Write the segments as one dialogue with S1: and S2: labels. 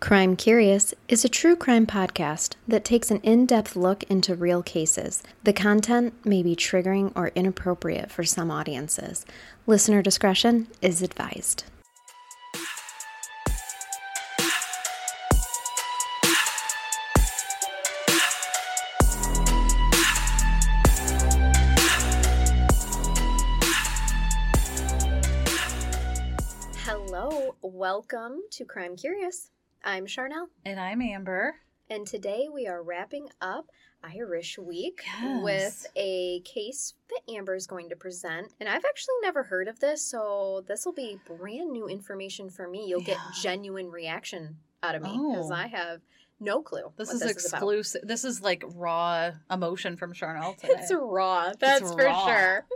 S1: Crime Curious is a true crime podcast that takes an in depth look into real cases. The content may be triggering or inappropriate for some audiences. Listener discretion is advised. Hello, welcome to Crime Curious. I'm Charnel,
S2: And I'm Amber.
S1: and today we are wrapping up Irish Week
S2: Yes.
S1: with a case that Amber is going to present. And I've actually never heard of this, so this will be brand new information for me. You'll
S2: Yeah.
S1: get genuine reaction out of me because
S2: Oh.
S1: I have no clue.
S2: This
S1: what
S2: is
S1: about.
S2: exclusive. This is like raw emotion from Charnel today.
S1: It's raw, that's for
S2: raw.
S1: sure.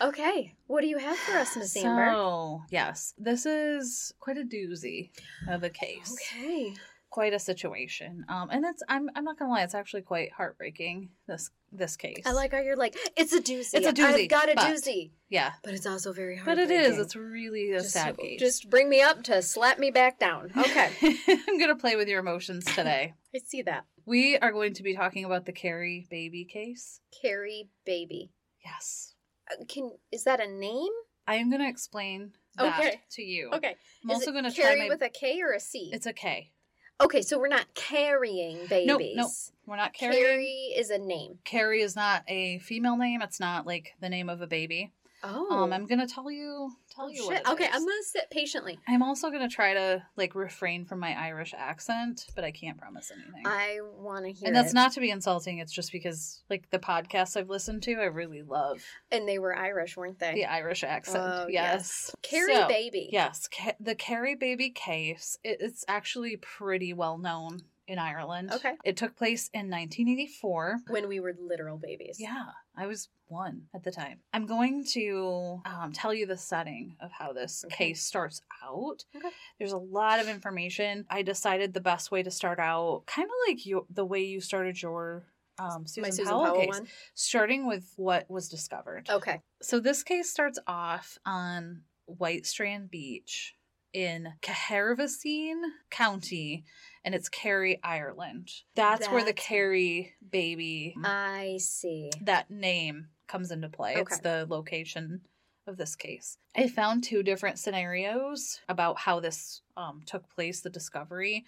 S1: Okay, what do you have for us, Miss Amber?
S2: So, yes, this is quite a doozy of a case.
S1: Okay.
S2: Quite a situation. Um, and it's I'm I'm not gonna lie, it's actually quite heartbreaking. This this case.
S1: I like how you're like, it's a doozy.
S2: It's a
S1: I've
S2: doozy,
S1: got a
S2: but-
S1: doozy.
S2: yeah,
S1: But it's also very hard.
S2: but it is. It's really a sad case.
S1: Just bring me up to slap me back down. Okay.
S2: I'm gonna play with your emotions today.
S1: I see that.
S2: we are going to be talking about the Carrie baby case.
S1: Carrie Baby.
S2: Yes,
S1: Uh, Can is that a name?
S2: I am gonna explain that
S1: Okay.
S2: to you.
S1: Okay.
S2: I'm
S1: Is
S2: also
S1: it
S2: gonna
S1: Carrie
S2: try my.
S1: with a K or a C.
S2: it's a K.
S1: okay, so we're not carrying
S2: No,
S1: babies.
S2: no, we're not
S1: Carrie
S2: carrying.
S1: is a name.
S2: Carrie is not a female name. It's not like the name of a baby.
S1: Oh.
S2: Um, I'm gonna tell you, tell
S1: Oh,
S2: you
S1: shit.
S2: what. it
S1: okay,
S2: is.
S1: I'm gonna sit patiently.
S2: I'm also gonna try to like refrain from my Irish accent, but I can't promise anything.
S1: I want to hear.
S2: and that's
S1: it.
S2: not to be insulting. It's just because like the podcasts I've listened to, I really love
S1: And they were Irish, weren't they?
S2: the Irish accent.
S1: Oh,
S2: yes.
S1: Carrie
S2: So,
S1: Baby.
S2: Yes, ca- the Carrie baby case. It, it's actually pretty well known in Ireland.
S1: Okay.
S2: It took place in 1984.
S1: When we were literal babies.
S2: Yeah, I was one at the time. I'm going to um, tell you the setting of how this
S1: Okay.
S2: case starts out.
S1: Okay.
S2: There's a lot of information. I decided the best way to start out, kind of like you, the way you started your um, Susan,
S1: My Susan
S2: Powell,
S1: Powell
S2: case,
S1: one. Oh.
S2: starting with what was discovered.
S1: Okay.
S2: So this case starts off on White Strand Beach in Cahervasine County, and it's Kerry, Ireland. That's, where the
S1: That's-
S2: Kerry baby
S1: I see.
S2: that name comes into play. It's
S1: Okay.
S2: the location of this case. I found two different scenarios about how this um, took place, the discovery,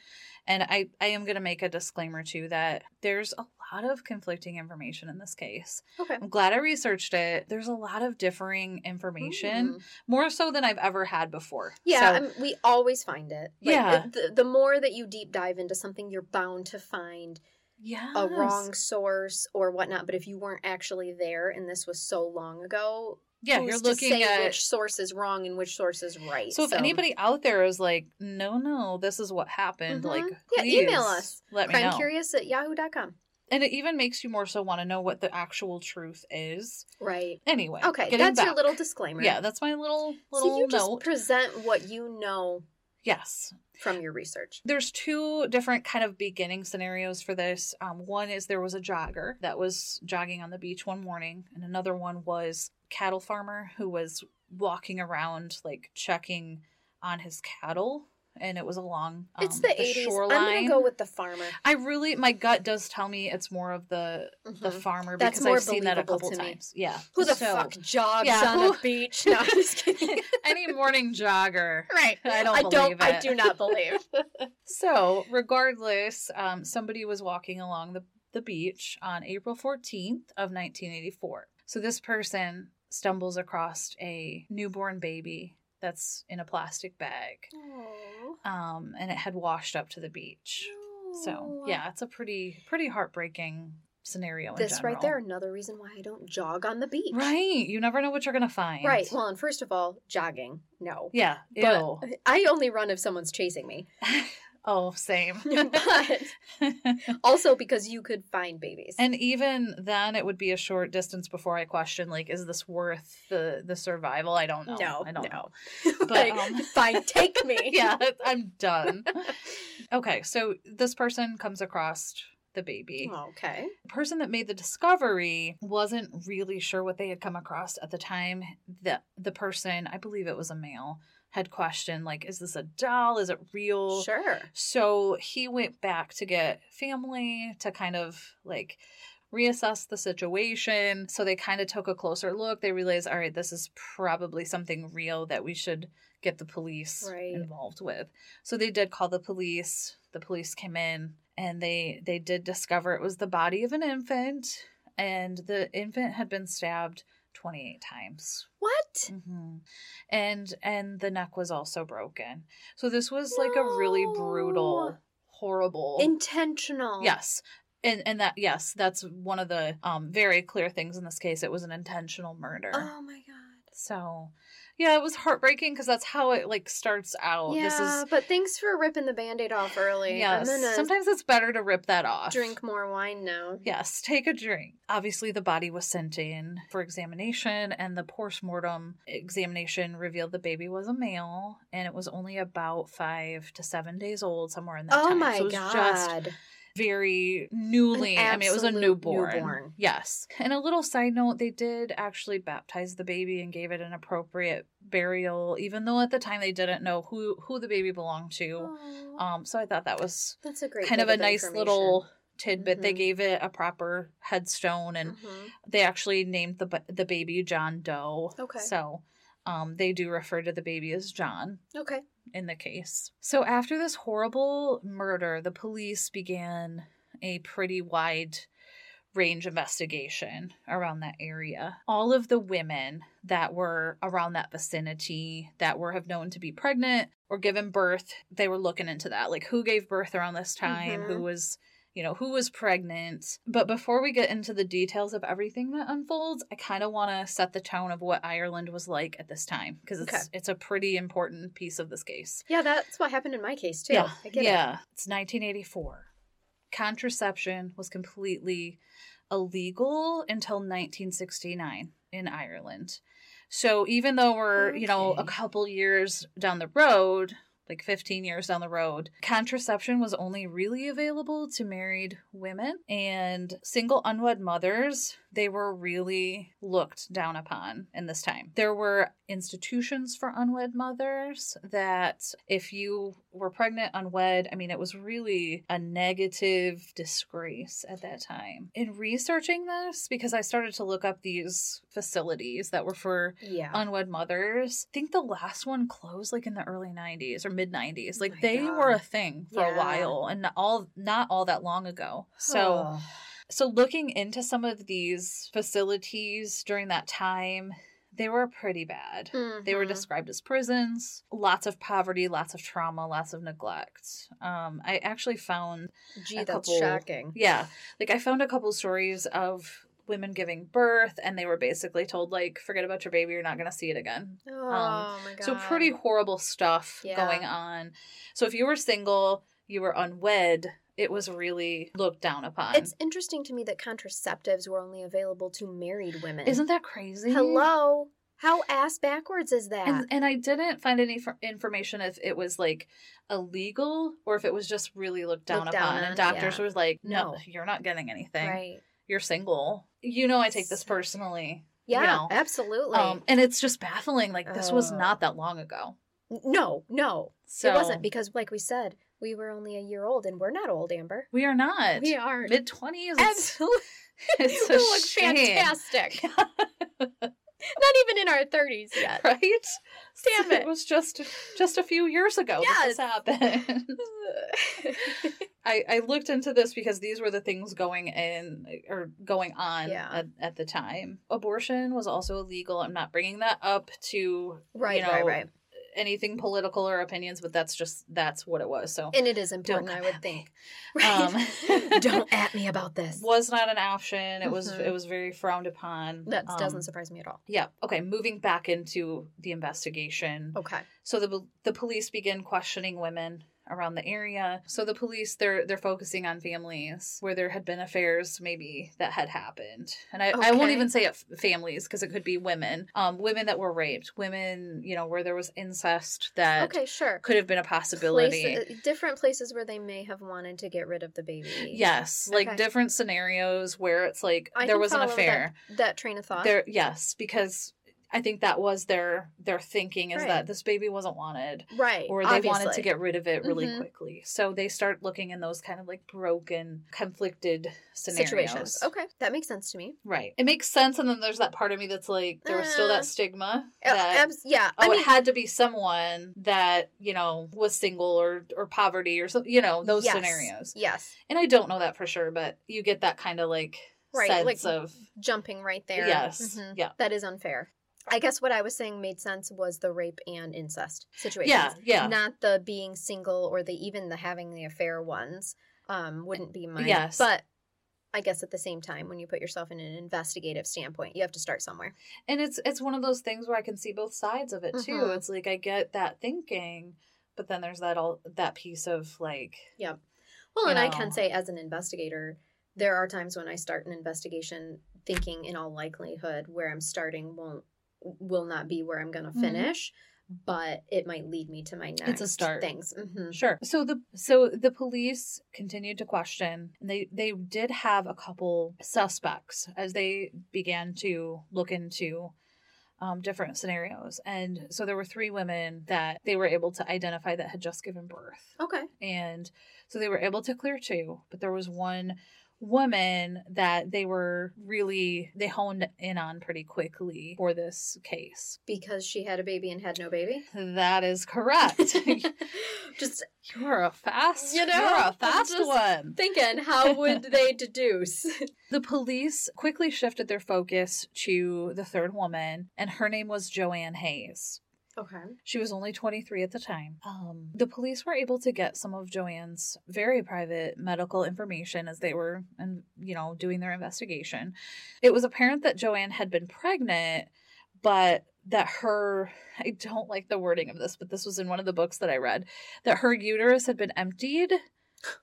S2: and I I am going to make a disclaimer too that there's a lot of conflicting information in this case.
S1: Okay.
S2: I'm glad I researched it. There's a lot of differing information,
S1: Mm.
S2: more so than I've ever had before.
S1: Yeah,
S2: So-
S1: I mean, we always find it.
S2: Yeah.
S1: The, the more that you deep dive into something, you're bound to find
S2: yes.
S1: a wrong source or whatnot. But if you weren't actually there and this was so long ago,
S2: Yeah,
S1: who's
S2: you're
S1: to
S2: looking
S1: say
S2: at
S1: which source is wrong and which source is right.
S2: So if anybody out there is like, no, no, this is what happened,
S1: Mhm.
S2: like,
S1: Yeah,
S2: please
S1: email us.
S2: Let me
S1: crime
S2: know.
S1: curious at yahoo.com.
S2: And it even makes you more so want to know what the actual truth is.
S1: Right.
S2: Anyway,
S1: Okay,
S2: getting
S1: that's your
S2: back.
S1: little disclaimer.
S2: Yeah, that's my little little
S1: so you just
S2: note.
S1: present what you know
S2: yes,
S1: from your research.
S2: there's two different kind of beginning scenarios for this. Um, one is there was a jogger that was jogging on the beach one morning, and another one was cattle farmer who was walking around like checking on his cattle, and it was along um,
S1: it's the, 80s. I'm going
S2: shoreline.
S1: to go with the farmer.
S2: I really, my gut does tell me it's more of the the
S1: Mhm.
S2: farmer
S1: That's
S2: because
S1: more
S2: I've seen that a
S1: believable
S2: couple
S1: to me.
S2: times. Yeah.
S1: Who the
S2: So,
S1: fuck jogs
S2: Yeah,
S1: on
S2: who-
S1: a beach? No, I'm just kidding.
S2: Any morning jogger.
S1: Right.
S2: I don't
S1: I
S2: believe
S1: don't. I
S2: it.
S1: do not believe.
S2: So, regardless, um, somebody was walking along the, the beach on April 14th of 1984. So, this person stumbles across a newborn baby that's in a plastic bag um, and it had washed up to the beach. So, yeah, it's a pretty, pretty heartbreaking scenario. in
S1: This right
S2: general.
S1: there, another reason why I don't jog on the beach.
S2: Right. You never know what you're going to find.
S1: Right. Well, and first of all, jogging, no.
S2: Yeah.
S1: But-
S2: Ew.
S1: I only run if someone's chasing me.
S2: oh, same.
S1: but also because you could find babies.
S2: and even then, it would be a short distance before I question, like, is this worth the the survival? I don't know.
S1: No,
S2: I don't
S1: no.
S2: know.
S1: but,
S2: but, um,
S1: fine, take me.
S2: Yeah, I'm done. okay, so this person comes across the baby.
S1: Okay.
S2: The person that made the discovery wasn't really sure what they had come across at the time. The the person, I believe it was a male, had questioned like, is this a doll? Is it real?
S1: Sure.
S2: So he went back to get family to kind of like reassess the situation. So they kind of took a closer look. They realized, all right, this is probably something real that we should get the police
S1: Right.
S2: involved with. So they did call the police. The police came in and they they did discover it was the body of an infant and the infant had been stabbed 28 times.
S1: What?
S2: hmm And and the neck was also broken. So this was like a really brutal,
S1: No.
S2: horrible
S1: Intentional.
S2: Yes. And and that yes, that's one of the um very clear things in this case. It was an intentional murder.
S1: Oh my god.
S2: So yeah, it was heartbreaking because that's how it like starts out.
S1: yeah,
S2: Oh, This is
S1: but thanks for ripping the band-aid off early.
S2: yes.
S1: I'm gonna
S2: Sometimes it's better to rip that off.
S1: drink more wine now.
S2: Yes, take a drink. Obviously, the body was sent in for examination, and the post-mortem examination revealed the baby was a male, and it was only about five to seven days old, somewhere in that
S1: Oh
S2: time.
S1: my
S2: so it was
S1: god.
S2: just very newly. I mean, it was a
S1: absolute
S2: newborn.
S1: newborn.
S2: Yes. And a little side note, they did actually baptize the baby and gave it an appropriate burial, even though at the time they didn't know who who the baby belonged to.
S1: Aw.
S2: Um, so I thought that was
S1: That's a great
S2: kind of
S1: bit
S2: a nice
S1: information.
S2: little tidbit. They
S1: Mhm.
S2: gave it a proper headstone, and
S1: Mhm.
S2: they actually named the ba- the baby John Doe.
S1: Okay.
S2: So. Um, they do refer to the baby as John
S1: Okay.
S2: in the case. So after this horrible murder, the police began a pretty wide range investigation around that area. All of the women that were around that vicinity that were have known to be pregnant or given birth, they were looking into that. Like who gave birth around this time, who
S1: Mhm.
S2: was you know, who was pregnant. But before we get into the details of everything that unfolds, I kind of want to set the tone of what Ireland was like at this time because it's it's a pretty important piece of this case.
S1: Yeah, that's what happened in my case too.
S2: Yeah.
S1: I get
S2: yeah. It's 1984. Contraception was completely illegal until 1969 in Ireland. So even though we're, you know, a
S1: Okay.
S2: couple years down the road, like 15 years down the road, contraception was only really available to married women and single unwed mothers. They were really looked down upon in this time. There were institutions for unwed mothers that, if you were pregnant, unwed, I mean, it was really a negative disgrace at that time. In researching this, because I started to look up these facilities that were for
S1: it. Yeah.
S2: unwed mothers. I think the last one closed like in the early 90s or mid 90s. Like
S1: Oh my
S2: they
S1: God.
S2: were a thing for a
S1: Yeah.
S2: while and not all not all that long ago. So
S1: Oh.
S2: so looking into some of these facilities during that time, they were pretty bad. They were
S1: Mhm.
S2: described as prisons, lots of poverty, lots of trauma, lots of neglect. Um, I actually found
S1: Gee,
S2: a
S1: that's
S2: couple-
S1: shocking.
S2: yeah. Like I found a couple stories of women giving birth and they were basically told like forget about your baby you're not going to see it again
S1: Oh my god.
S2: Um, so pretty horrible stuff
S1: Yeah.
S2: going on. So if you were single, you were unwed, it was really looked down upon.
S1: It's interesting to me that contraceptives were only available to married women.
S2: Isn't that crazy?
S1: Hello? How ass backwards is that?
S2: And, and I didn't find any f- information if it was like illegal or if it was just really looked down
S1: Looked down
S2: upon.
S1: on,
S2: and doctors
S1: yeah.
S2: were like, no,
S1: No.
S2: you're not getting anything.
S1: right.
S2: You're single. You know, I take this
S1: So-
S2: personally.
S1: Yeah,
S2: know,
S1: absolutely.
S2: Um, and it's just baffling. Like, this was
S1: Oh.
S2: not that long ago.
S1: no, no.
S2: So
S1: it wasn't because like we said, we were only a year old and we're not old, Amber.
S2: we are not.
S1: are
S2: Mid 20s.
S1: absolutely
S2: It's
S1: we
S2: a
S1: look
S2: shame.
S1: fantastic. not even in our thirties yet.
S2: right?
S1: Damn it.
S2: It was just just a few years ago that this happened. I, I looked into this because these were the things going in or going on
S1: Yeah.
S2: at, at the time. Abortion was also illegal. I'm not bringing that up to
S1: right,
S2: you know,
S1: right, right.
S2: anything political or opinions, but that's just that's what it was. So
S1: And it is important, I
S2: come
S1: would
S2: at
S1: think.
S2: me.
S1: Right?
S2: Um,
S1: don't at me about this.
S2: was not an option. It was
S1: Mhm.
S2: it was very frowned upon.
S1: That
S2: Um,
S1: doesn't surprise me at all.
S2: Yeah. Okay. Moving back into the investigation.
S1: Okay.
S2: So the the police begin questioning women around the area. So the police they're they're focusing on families where there had been affairs maybe that had happened. And I, I won't
S1: Okay.
S2: even say it f- families because it could be women. Um women that were raped, women, you know, where there was incest that
S1: Okay, sure.
S2: could have been a uh, possibility.
S1: Place- uh, different places where they may have wanted to get rid of the baby.
S2: Yes, like
S1: Okay.
S2: different scenarios where it's like
S1: I
S2: there
S1: can
S2: was an
S1: follow
S2: affair.
S1: That, that train of thought.
S2: There yes, because I think that was their their thinking is
S1: Right.
S2: that this baby wasn't wanted
S1: Right.
S2: or they wanted to
S1: obviously.
S2: get rid of it really
S1: Mhm.
S2: quickly. So they start looking in those kind of like broken, conflicted scenarios.
S1: situations. Okay, that makes sense to me.
S2: Right. It makes sense and then there's that part of me that's like there was still
S1: Uh,
S2: that stigma
S1: Uh,
S2: that
S1: abs- yeah,
S2: Oh,
S1: I mean,
S2: it had to be someone that you know was single or or poverty or some, you know those
S1: yes,
S2: scenarios.
S1: Yes,
S2: And I don't know that for sure, but you get that kind of like
S1: Right,
S2: sense
S1: like,
S2: of
S1: jumping right there.
S2: yes,
S1: Mhm.
S2: yeah,
S1: that is unfair. I guess what I was saying made sense was the rape and incest situations.
S2: yeah, yeah,
S1: not the being single or the even the having the affair ones um wouldn't be mine
S2: Yes.
S1: but i guess at the same time when you put yourself in an investigative standpoint you have to start somewhere
S2: and it's it's one of those things where I can see both sides of it too.
S1: Mhm.
S2: It's like I get that thinking, but then there's that all that piece of like
S1: well and i
S2: Yeah.
S1: can say as an investigator there are times when i start an investigation thinking in all likelihood where i'm starting won't will not be where i'm going to
S2: Mhm.
S1: finish but it might lead me to my next
S2: start.
S1: things hmm
S2: Sure. So the so the police continued to question. and They they did have a couple suspects as they began to look into um, different scenarios, and so there were three women that they were able to identify that had just given birth,
S1: okay
S2: and so they were able to clear two, but there was one woman that they were really they honed in on pretty quickly for this case.
S1: because she had a baby and had no baby
S2: That is correct.
S1: just
S2: You're a fast.
S1: You know,
S2: you're a
S1: I'm
S2: fast
S1: just-
S2: one.
S1: thinking how would they deduce
S2: The police quickly shifted their focus to the third woman, and her name was Joanne Hayes.
S1: okay
S2: She was only 23 at the time. Um, the police were able to get some of Joanne's very private medical information as they were, and you know, doing their investigation. It was apparent that Joanne had been pregnant, but that her I don't like the wording of this, but this was in one of the books that I read that her uterus had been emptied,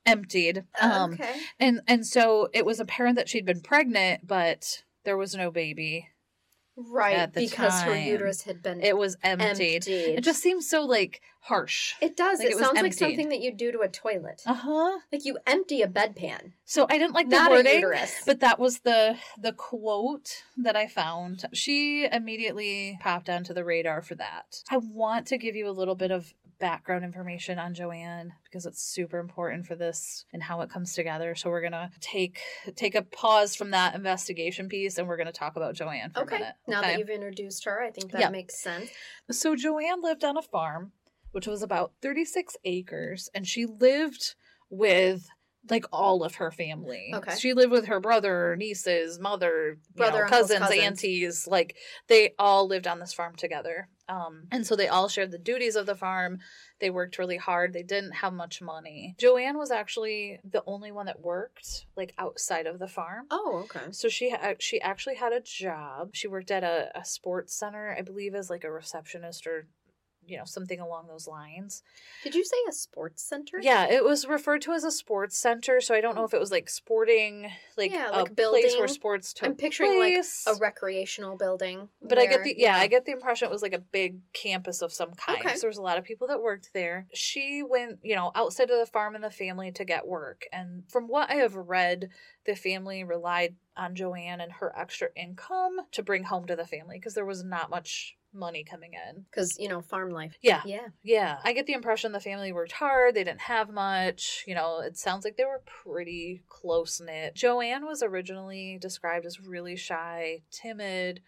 S2: emptied. Um,
S1: Oh, okay
S2: and and so it was apparent that she'd been pregnant, but there was no baby.
S1: right
S2: at the
S1: because her
S2: time,
S1: uterus had been
S2: It was emptied.
S1: emptied.
S2: It just seems so like harsh.
S1: It does
S2: like
S1: it,
S2: it was
S1: sounds like
S2: emptied.
S1: something that you do to a toilet
S2: Uh huh.
S1: like you empty a bedpan
S2: So I didn't like the
S1: not a
S2: wording,
S1: uterus
S2: but that was the the quote that I found. She immediately popped onto the radar for that. I want to give you a little bit of background information on Joanne because it's super important for this and how it comes together. So we're gonna take take a pause from that investigation piece and we're gonna talk about Joanne for
S1: okay
S2: a minute.
S1: now
S2: okay?
S1: that you've introduced her i think that
S2: Yeah.
S1: makes sense
S2: So Joanne lived on a farm, which was about 36 acres, and she lived with like all of her family.
S1: Okay.
S2: She lived with her brother, nieces, mother, brother,
S1: Brother, uncles,
S2: cousins,
S1: cousins.
S2: aunties. Like they all lived on this farm together. Um, and so they all shared the duties of the farm. They worked really hard. They didn't have much money. Joanne was actually the only one that worked like outside of the farm.
S1: oh okay
S2: So she ha- she actually had a job. She worked at a, a sports center, I believe, as like a receptionist or you know something along those lines.
S1: did you say a sports center
S2: Yeah, it was referred to as a sports center, so I don't know if it was like sporting, like
S1: Yeah,
S2: a
S1: like
S2: place where
S1: building.
S2: sports took
S1: i'm picturing like
S2: place.
S1: a recreational building
S2: but I get
S1: where-
S2: the yeah, I get the impression it was like a big campus of some kind.
S1: Okay.
S2: So there was a lot of people that worked there. She went, you know, outside of the farm and the family to get work. And from what I have read, the family relied on Joanne and her extra income to bring home to the family because there was not much money coming in.
S1: because you know farm life
S2: Yeah,
S1: yeah
S2: yeah. I get the impression the family worked hard. They didn't have much. You know, it sounds like they were pretty close knit. Joanne was originally described as really shy, timid,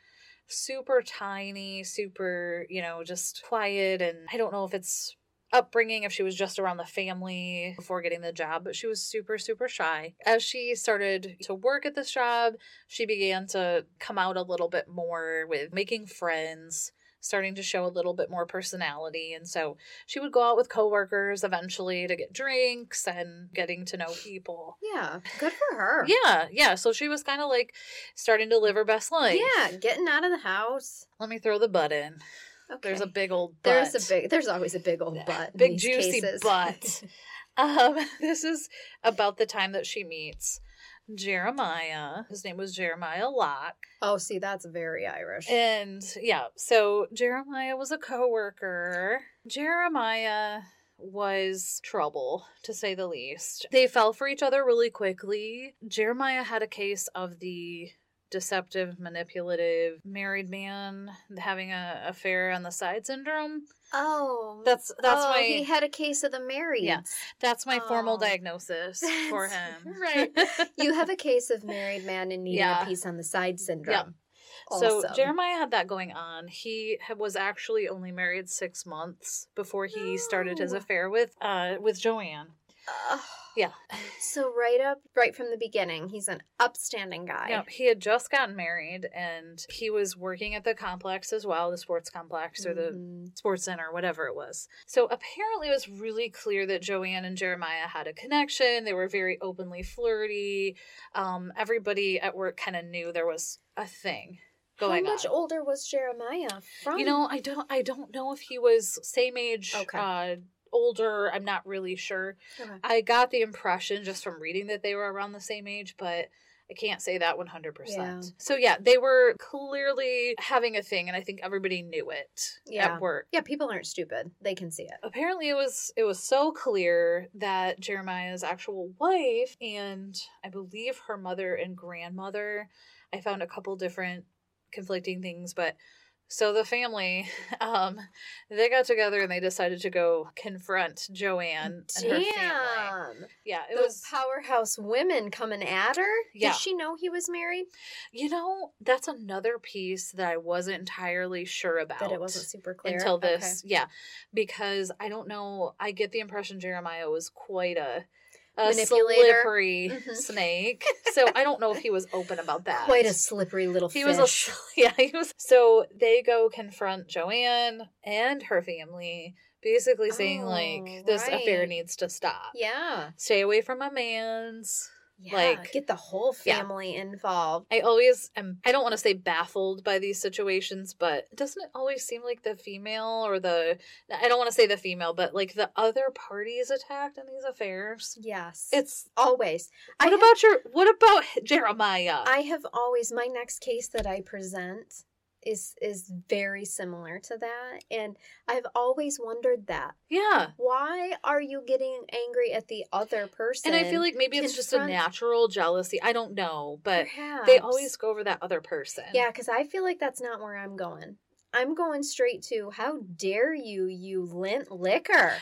S2: super tiny, super, you know, just quiet. And I don't know if it's upbringing, if she was just around the family before getting the job, but she was super, super shy. As she started to work at this job, she began to come out a little bit more with making friends starting to show a little bit more personality. And so she would go out with coworkers eventually to get drinks and getting to know people.
S1: yeah good for her
S2: Yeah, yeah. So she was kind of like starting to live her best life.
S1: yeah getting out of the house
S2: Let me throw the butt in.
S1: okay
S2: There's a big old butt.
S1: there's a big there's always a big old butt in
S2: Big
S1: these
S2: juicy
S1: cases.
S2: butt. Um, this is about the time that she meets Jeremiah. His name was Jeremiah Locke.
S1: oh see that's very irish
S2: And yeah, so Jeremiah was a coworker. Jeremiah was trouble to say the least. They fell for each other really quickly. Jeremiah had a case of the deceptive, manipulative married man having a affair on the side syndrome.
S1: Oh,
S2: That's that's
S1: oh,
S2: my
S1: he had a case of the married.
S2: Yeah. that's my formal
S1: Oh.
S2: diagnosis for
S1: That's-
S2: him.
S1: right. You have a case of married man and needing
S2: Yeah.
S1: a piece on the side syndrome.
S2: So
S1: also.
S2: Jeremiah had that going on. He ha- was actually only married six months before he started his
S1: No.
S2: affair with uh with Joanne.
S1: Ugh.
S2: Yeah.
S1: So right up, right from the beginning, he's an upstanding guy.
S2: Yeah, he had just gotten married and he was working at the complex as well, the sports complex or the
S1: Mhm.
S2: sports center, whatever it was. So apparently it was really clear that Joanne and Jeremiah had a connection. They were very openly flirty. Um, everybody at work kind of knew there was a thing going
S1: How much
S2: on.
S1: older was Jeremiah from?
S2: You know, I don't I don't know if he was same age
S1: Okay.
S2: uh older, I'm not really sure.
S1: Okay.
S2: I got the impression just from reading that they were around the same age, but I can't say that 100%.
S1: Yeah.
S2: So yeah, they were clearly having a thing and I think everybody knew it
S1: Yeah.
S2: at work.
S1: yeah, people aren't stupid; they can see it.
S2: Apparently it was it was so clear that Jeremiah's actual wife and I believe her mother and grandmother, I found a couple different conflicting things, but so the family um they got together and they decided to go confront Joanne and her family.
S1: Damn,
S2: Yeah, it
S1: those
S2: was
S1: powerhouse women coming at her.
S2: Yeah.
S1: Did she know he was married?
S2: You know, that's another piece that I wasn't entirely sure about.
S1: That it wasn't super clear
S2: until
S1: Okay.
S2: this. Yeah. Because I don't know, I get the impression Jeremiah was quite a a
S1: Manipulator.
S2: slippery
S1: Mhm.
S2: snake. So I don't know if he was open about that.
S1: Quite a slippery little
S2: he
S1: fish.
S2: was a s- yeah, he was so they go confront Joanne and her family, basically saying
S1: Oh,
S2: like this affair
S1: right.
S2: needs to stop.
S1: yeah.
S2: Stay away from a man's.
S1: yeah,
S2: like-
S1: get the whole
S2: Yeah.
S1: family involved.
S2: I always am I don't want to say baffled by these situations, but doesn't it always seem like the female or the I don't want to say the female, but like the other party is attacked in these affairs?
S1: Yes,
S2: It's
S1: always. I
S2: what
S1: have-
S2: about your what about Jeremiah?
S1: I have always my next case that I present is is very similar to that and I've always wondered that.
S2: yeah.
S1: Why are you getting angry at the other person?
S2: And I feel like maybe it's just a
S1: confront-
S2: natural jealousy. I don't know, but they
S1: Perhaps.
S2: always go over that other person.
S1: Yeah, cuz I feel like that's not where I'm going. I'm going straight to how dare you you lint liquor.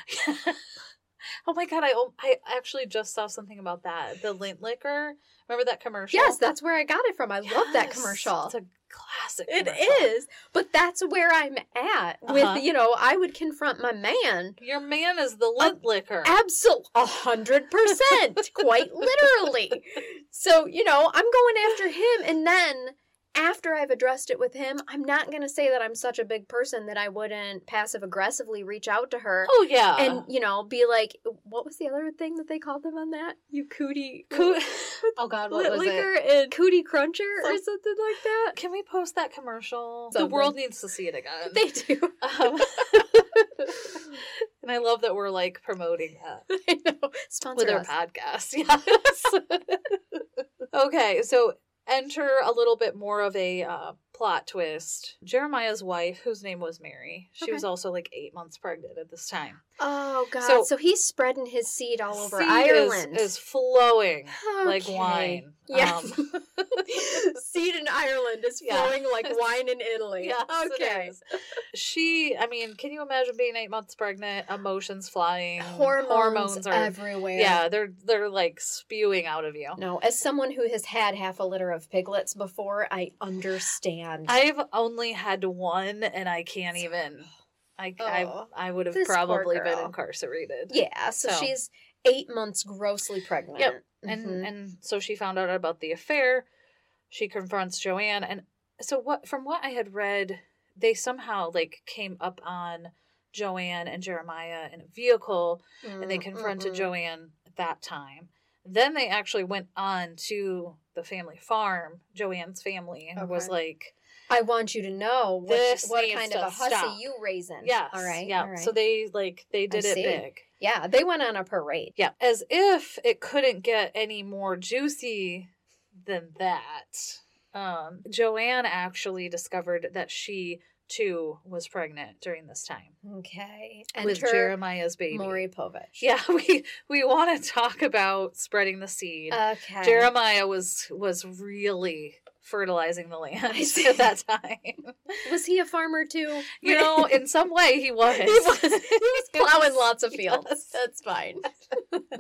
S2: oh my god, I I actually just saw something about that. The lint liquor. Remember that commercial?
S1: Yes, that's where I got it from. I love that
S2: Yes.
S1: commercial.
S2: It's a classic.
S1: It
S2: commercial.
S1: is, but that's where I'm at with
S2: Uh-huh.
S1: you know, I would confront my man
S2: Your man is the lint liquor.
S1: Absolutely, a hundred percent, quite literally. So you know, I'm going after him, and then after I've addressed it with him, I'm not going to say that I'm such a big person that I wouldn't passive aggressively reach out to her
S2: oh yeah.
S1: and you know be like, what was the other thing that they called them on that? You cootie,
S2: Coo- oh god, what
S1: lit
S2: was
S1: liquor
S2: it?
S1: and cootie cruncher or
S2: Some-
S1: something like that.
S2: Can we post that commercial?
S1: Something.
S2: The world needs to see it again.
S1: They do.
S2: um, and I love that we're like promoting that
S1: I know. Sponsor
S2: with our
S1: us.
S2: podcast. Yes. okay, so enter a little bit more of a uh, plot twist. Jeremiah's wife, whose name was Mary, she
S1: Okay.
S2: was also like eight months pregnant at this time.
S1: Oh God!
S2: So-
S1: So, he's spreading his seed all over
S2: Seed is-
S1: Ireland.
S2: is flowing. like
S1: Okay.
S2: wine.
S1: Yeah.
S2: Um,
S1: Seed in Ireland is
S2: Yeah.
S1: flowing like wine in Italy.
S2: yes, it
S1: okay.
S2: is. She, I mean, can you imagine being eight months pregnant? Emotions flying,
S1: Hormones,
S2: are,
S1: everywhere.
S2: yeah, they're they're like spewing out of you.
S1: No, as someone who has had half a liter of piglets before, I understand.
S2: I've only had one, and I can't even. I
S1: Oh,
S2: I, I would have
S1: this poor
S2: probably been
S1: girl.
S2: incarcerated.
S1: yeah, so,
S2: So.
S1: she's eight months grossly pregnant.
S2: Yep. and
S1: Mhm.
S2: and so she found out about the affair she confronts joanne and so what from what i had read they somehow like came up on joanne and jeremiah in a vehicle and they
S1: Mm,
S2: confronted
S1: mm-mm.
S2: joanne at that time then they actually went on to the family farm joanne's family and was
S1: Okay.
S2: like
S1: I want you to know what,
S2: This
S1: what
S2: needs
S1: kind
S2: to
S1: of a hussy
S2: stop.
S1: you raising.
S2: yes
S1: All right.
S2: yeah
S1: All right.
S2: so they like they did it
S1: see.
S2: big
S1: yeah, they went on a parade.
S2: yeah as if it couldn't get any more juicy than that um joanne actually discovered that she too was pregnant during this time
S1: Okay.
S2: with
S1: Enter
S2: jeremiah's baby
S1: Maury Povich.
S2: yeah we we want to talk about spreading the seed
S1: Okay.
S2: jeremiah was was really fertilizing the land
S1: I see.
S2: at that time.
S1: Was he a farmer too?
S2: You know, in some way he was.
S1: he was, he was plowing lots of fields.
S2: Yes.
S1: That's fine.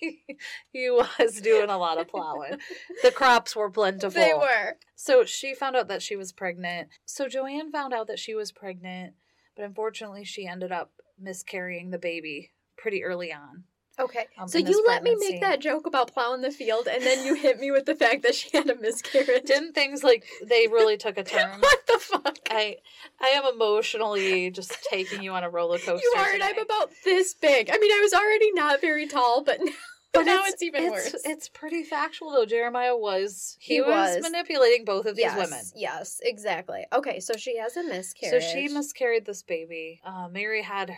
S2: He, he was doing a lot of plowing. The crops were plentiful.
S1: They were.
S2: So she found out that she was pregnant. So Joanne found out that she was pregnant, but unfortunately she ended up miscarrying the baby pretty early on.
S1: Okay.
S2: Um,
S1: so
S2: in this
S1: you let me
S2: pregnancy.
S1: make that joke about plowing the field, and then you hit me with the fact that she had a miscarriage.
S2: Didn't things like they really took a turn?
S1: what the fuck?
S2: I I am emotionally just taking you on a roller coaster.
S1: You are, and I'm
S2: today.
S1: about this big. I mean, I was already not very tall, but now,
S2: But
S1: now
S2: it's-
S1: it's, even
S2: it's,
S1: worse.
S2: It's pretty factual though. Jeremiah was he,
S1: He
S2: was,
S1: was.
S2: manipulating both of
S1: yes,
S2: these women.
S1: yes, exactly. Okay, so she has a miscarriage.
S2: So she miscarried this baby. Uh, Mary had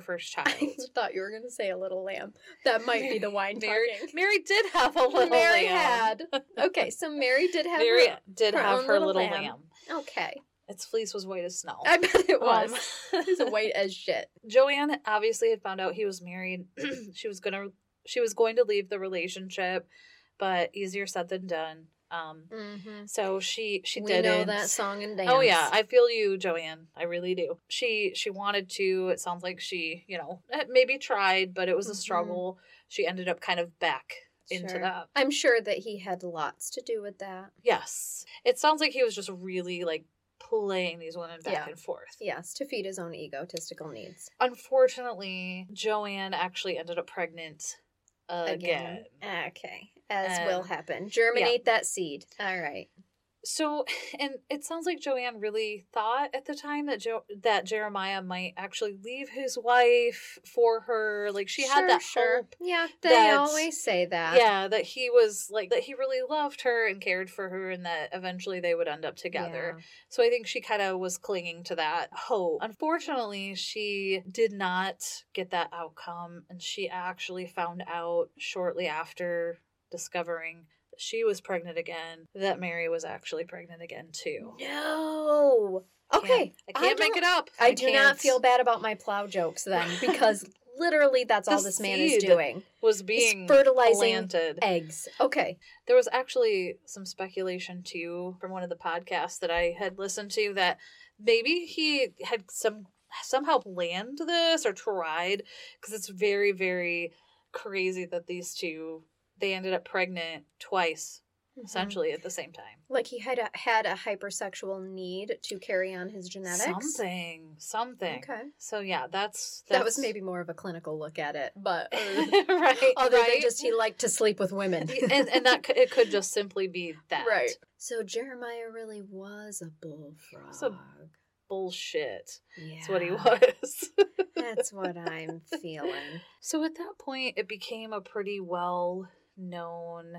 S2: first child.
S1: I thought you were going to say a little lamb. That might be the wine
S2: Mary,
S1: talking.
S2: Mary did have a little
S1: Mary
S2: lamb.
S1: had. Okay, so Mary did have.
S2: Mary
S1: her-
S2: did
S1: her
S2: have
S1: own
S2: her little,
S1: little
S2: lamb.
S1: lamb. okay,
S2: Its fleece was white as snow.
S1: I bet it was.
S2: Um,
S1: He's white as shit.
S2: Joanne obviously had found out he was married. she was gonna she was going to leave the relationship, but easier said than done. Um,
S1: Mm-hmm.
S2: so she she
S1: we
S2: didn't.
S1: know that song and dance.
S2: Oh yeah, I feel you, Joanne. I really do. She she wanted to. It sounds like she you know eh, maybe tried, but it was a
S1: Mhm.
S2: struggle. She ended up kind of back into
S1: Sure.
S2: that.
S1: I'm sure that he had lots to do with that.
S2: Yes, it sounds like he was just really like playing these women back
S1: Yeah.
S2: and forth.
S1: Yes, to feed his own egotistical needs.
S2: Unfortunately, Joanne actually ended up pregnant again.
S1: Again. Ah, Okay. As will
S2: Um,
S1: happen. Germinate that seed. All right.
S2: So, and it sounds like Joanne really thought at the time that jo- that Jeremiah might actually leave his wife for her. Like she had that hope.
S1: Yeah, they
S2: that-
S1: always say that.
S2: Yeah, that he was like that he really loved her and cared for her and that eventually they would end up together.
S1: Yeah.
S2: So I think she kind of was clinging to that hope. Unfortunately, she did not get that outcome, and she actually found out shortly after discovering that she was pregnant again that Mary was actually pregnant again too.
S1: No. Okay.
S2: I can't make
S1: don't-
S2: it up.
S1: I do not
S2: can't.
S1: feel bad about my plow jokes then because literally that's
S2: The
S1: all this man is
S2: seed
S1: doing.
S2: was
S1: He's
S2: being
S1: fertilizing
S2: planted.
S1: eggs. Okay.
S2: There was actually some speculation too from one of the podcasts that I had listened to that maybe he had some somehow planned this or tried because it's very very crazy that these two they ended up pregnant twice
S1: Mm-hmm.
S2: essentially at the same time.
S1: Like he had a, had a hypersexual need to carry on his genetics.
S2: Something, something.
S1: Okay.
S2: So yeah, that's, that's
S1: That was maybe more of a clinical look at it, but
S2: right.
S1: other
S2: right?
S1: than just he liked to sleep with women.
S2: and and that c- it could just simply be that
S1: Right. So Jeremiah really was a bullfrog.
S2: was a- bullshit.
S1: yeah.
S2: That's what he was.
S1: That's what I'm feeling.
S2: So at that point, it became a pretty well known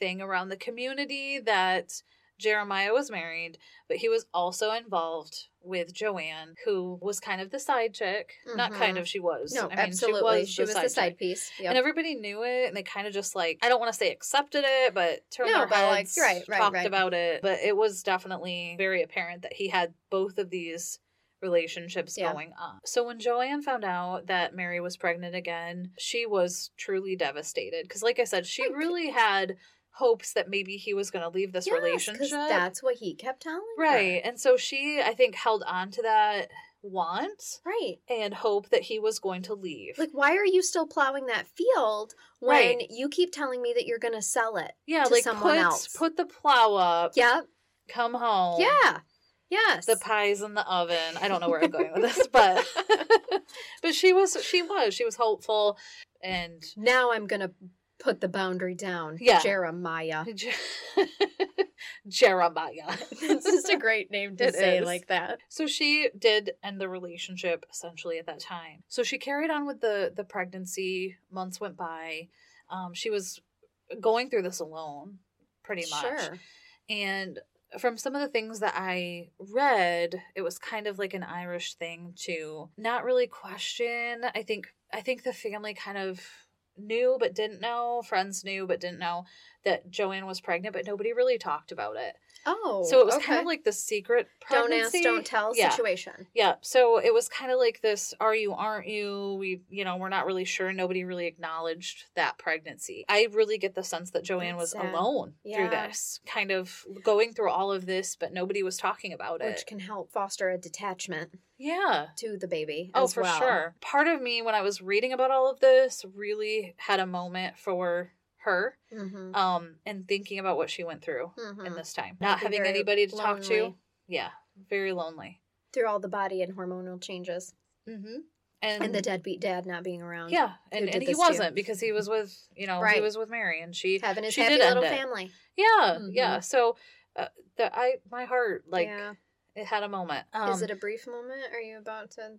S2: thing around the community that Jeremiah was married, but he was also involved with Joanne, who was kind of the side chick. Not kind
S1: Mhm.
S2: of, she was.
S1: No,
S2: I mean,
S1: absolutely.
S2: She was,
S1: she was the side
S2: chick.
S1: piece. Yep.
S2: And everybody knew it, and they kind of just like I don't want to say accepted it, but turned
S1: No,
S2: their
S1: but, like,
S2: heads,
S1: right, right,
S2: talked
S1: right.
S2: about it. But it was definitely very apparent that he had both of these relationships
S1: Yeah.
S2: going on. So when Joanne found out that Mary was pregnant again, she was truly devastated because, like I said, she
S1: Like-
S2: really had hopes that maybe he was going to leave this
S1: Yes, 'cause
S2: relationship,
S1: That's what he kept telling her.
S2: right? And so she, I think, held on to that want
S1: Right.
S2: and hope that he was going to leave.
S1: Like, why are you still plowing that field when
S2: Right.
S1: you keep telling me that you're going to sell it?
S2: yeah,
S1: to
S2: like
S1: someone
S2: put
S1: else.
S2: put the plow up.
S1: Yep.
S2: come home.
S1: Yeah. Yes.
S2: Oh. The pies in the oven. I don't know where I'm going with this, but but she was she was she was hopeful and
S1: now I'm going to put the boundary down.
S2: Yeah.
S1: Jeremiah.
S2: Je- Jeremiah.
S1: it's just a great name to
S2: It
S1: say
S2: is.
S1: like that.
S2: So she did end the relationship essentially at that time. So she carried on with the the pregnancy. Months went by. Um, she was going through this alone, pretty much.
S1: Sure.
S2: And from some of the things that I read, it was kind of like an Irish thing to not really question. I think I think the family kind of knew but didn't know, friends knew but didn't know that Joanne was pregnant, but nobody really talked about it.
S1: Oh.
S2: so it was kind of like the secret
S1: don't
S2: pregnancy.
S1: ask, don't tell
S2: Yeah.
S1: situation.
S2: Yeah, so it was kind of like this are you aren't you we you know we're not really sure nobody really acknowledged that pregnancy. I really get the sense that Joanne was
S1: That's sad.
S2: alone through
S1: Yeah.
S2: this, kind of going through all of this but nobody was talking about it.
S1: Which can help foster a detachment
S2: yeah.
S1: to the baby.
S2: Oh,
S1: as
S2: for
S1: well.
S2: sure. Part of me when I was reading about all of this really had a moment for her
S1: Mm-hmm.
S2: um and thinking about what she went through in
S1: Mhm.
S2: this time.
S1: Must
S2: Not
S1: be
S2: having
S1: very
S2: anybody to talk to.
S1: lonely.
S2: Yeah, very lonely.
S1: Through all the body and hormonal changes.
S2: Mhm.
S1: And the deadbeat dad not being around.
S2: Yeah, and,
S1: did
S2: and he
S1: this to you.
S2: wasn't because he was with you know he
S1: Right.
S2: was with Mary and she Mm-hmm.
S1: Having his
S2: she
S1: happy
S2: did end
S1: little
S2: it.
S1: family.
S2: yeah
S1: Mhm.
S2: yeah so uh, the, I my heart like
S1: yeah.
S2: it had a moment. Um,
S1: Is it a brief moment? Are you about to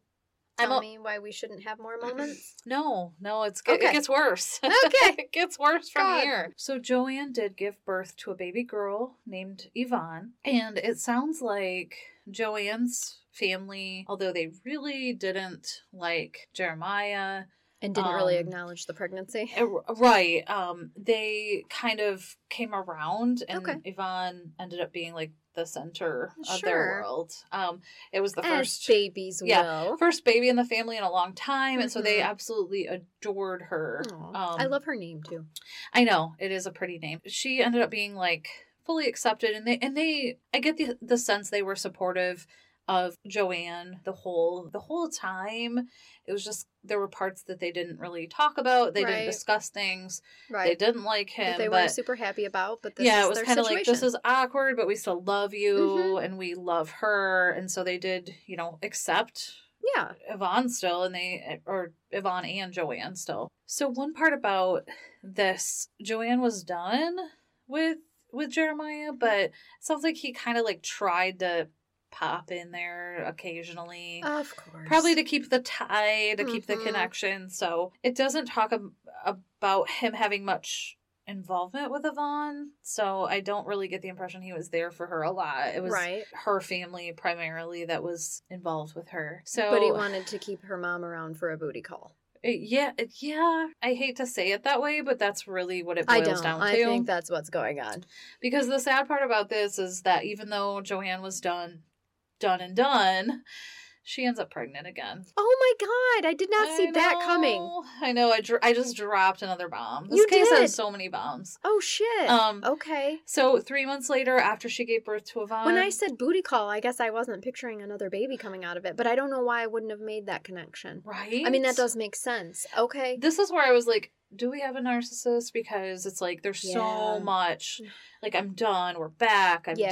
S2: I'm
S1: tell
S2: a-
S1: me why we shouldn't have more moments?
S2: no no it's get, it
S1: Okay.
S2: gets worse
S1: okay.
S2: it gets worse from
S1: God.
S2: here. So Joanne did give birth to a baby girl named Yvonne and it sounds like Joanne's family although they really didn't like Jeremiah
S1: And didn't really
S2: Um,
S1: acknowledge the pregnancy.
S2: Uh, Right. Um, they kind of came around, and
S1: Okay. Uh,
S2: Yvonne ended up being like the center of
S1: Sure.
S2: their world. Um, it was the
S1: As
S2: first
S1: babies
S2: yeah,
S1: will.
S2: first baby in the family in a long time, and so they
S1: Mhm.
S2: absolutely adored her.
S1: Aw,
S2: Um,
S1: I love her name too.
S2: I know it is a pretty name. She ended up being like fully accepted, and they and they. I get the the sense they were supportive of Joanne the whole the whole time. It was just there were parts that they didn't really talk about. They
S1: Right.
S2: didn't discuss things.
S1: Right.
S2: They didn't like him.
S1: that they
S2: but
S1: weren't super happy about, but this
S2: yeah,
S1: is
S2: it was
S1: their
S2: kind of like
S1: situation.
S2: this is awkward, but we still love you
S1: Mhm.
S2: and we love her, and so they did, you know, accept
S1: yeah.
S2: Yvonne still, and they or Yvonne and Joanne still. So one part about this, Joanne was done with with Jeremiah, but it sounds like he kind of like tried to pop in there occasionally
S1: Of course.
S2: probably to keep the tie to keep the
S1: Mhm.
S2: connection so it doesn't talk ab- about him having much involvement with yvonne so i don't really get the impression he was there for her a lot it was
S1: right.
S2: her family primarily that was involved with her so
S1: But he wanted to keep her mom around for a booty call.
S2: it- yeah it- yeah i hate to say it that way but that's really what it
S1: I
S2: boils
S1: don't.
S2: down to
S1: I think that's what's going on.
S2: because the sad part about this is that even though joanne was done done and done she ends up pregnant again
S1: Oh my god! I did not see
S2: I
S1: that coming.
S2: know, I know. I, dr- I just dropped another bomb. This
S1: You
S2: case
S1: did.
S2: has so many bombs.
S1: Oh shit.
S2: Um.
S1: okay.
S2: So three months later, after she gave birth to Yvonne,
S1: When I said booty call, I guess I wasn't picturing another baby coming out of it, but I don't know why I wouldn't have made that connection.
S2: right,
S1: I mean, that does make sense. Okay.
S2: This is where I was like, do we have a narcissist? Because it's like there's
S1: Yeah.
S2: so much. Like I'm done. We're back. I'm
S1: Yeah.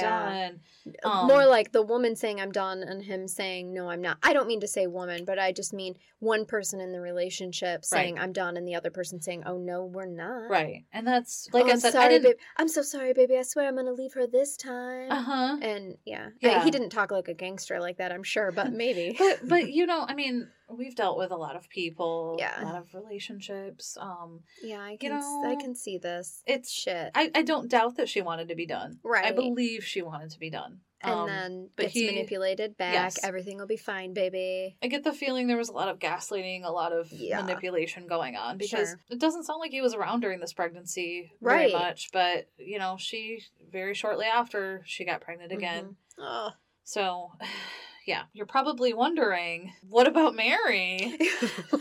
S2: done. um,
S1: Uh, More like the woman saying I'm done and him saying no, I'm not. I don't mean to say woman, but I just mean one person in the relationship saying I'm done and the other person saying, oh no, we're not.
S2: Right, and that's like
S1: oh,
S2: I
S1: am
S2: said.
S1: sorry,
S2: I didn't.
S1: babe. I'm so sorry, baby. I swear I'm going to leave her this time.
S2: Uh huh.
S1: And yeah.
S2: Yeah.
S1: I- he didn't talk like a gangster like that, I'm sure, but maybe.
S2: But but you know, I mean, we've dealt with a lot of people.
S1: Yeah.
S2: A lot of relationships. Um,
S1: yeah, I
S2: You
S1: can, s I I
S2: know,
S1: can see this.
S2: it's
S1: Shit.
S2: I, I don't doubt that she wanted to be done. I
S1: Right.
S2: believe she wanted to be done.
S1: and
S2: Um,
S1: then
S2: but
S1: gets
S2: he-
S1: manipulated back.
S2: yes.
S1: Everything will be fine, baby.
S2: I get the feeling there was a lot of gaslighting, a lot of
S1: Yeah.
S2: manipulation going on because
S1: Sure.
S2: it doesn't sound like he was around during this pregnancy
S1: Right.
S2: very much. But you know, she very shortly after she got pregnant again.
S1: Mhm. Oh.
S2: So, yeah, you're probably wondering what about Mary?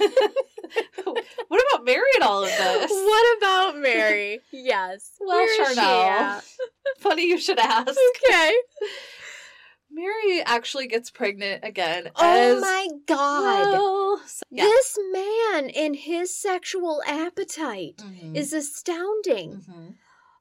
S2: what about Mary and all of this?
S1: What about Mary? yes.
S2: Well, Charnel. Funny you should ask.
S1: Okay.
S2: Mary actually gets pregnant again.
S1: Oh
S2: as
S1: my god.
S2: Well, so- yeah.
S1: This man and his sexual appetite
S2: Mhm.
S1: is astounding.
S2: Mhm.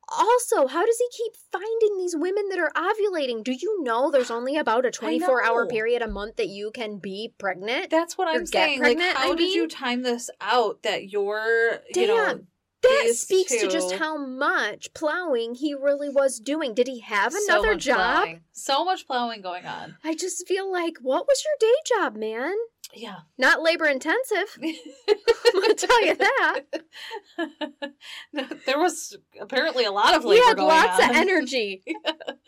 S1: Also, how does he keep finding these women that are ovulating? Do you know there's only about a 24 hour
S2: know.
S1: period a month that you can be pregnant?
S2: That's what
S1: Or
S2: I'm
S1: get
S2: saying. like,
S1: pregnant,
S2: how
S1: I
S2: did you
S1: mean?
S2: time this out that you're, you know,
S1: Damn. That
S2: these
S1: speaks to just
S2: two-
S1: how much plowing he really was doing. Did he have
S2: so
S1: another
S2: much
S1: job?
S2: plowing. So much plowing going on.
S1: I just feel like, what was your day job, man?
S2: Yeah.
S1: Not labor intensive. I'm gonna tell you that.
S2: there was apparently a lot of
S1: He
S2: labor
S1: had
S2: going
S1: lots
S2: on.
S1: of energy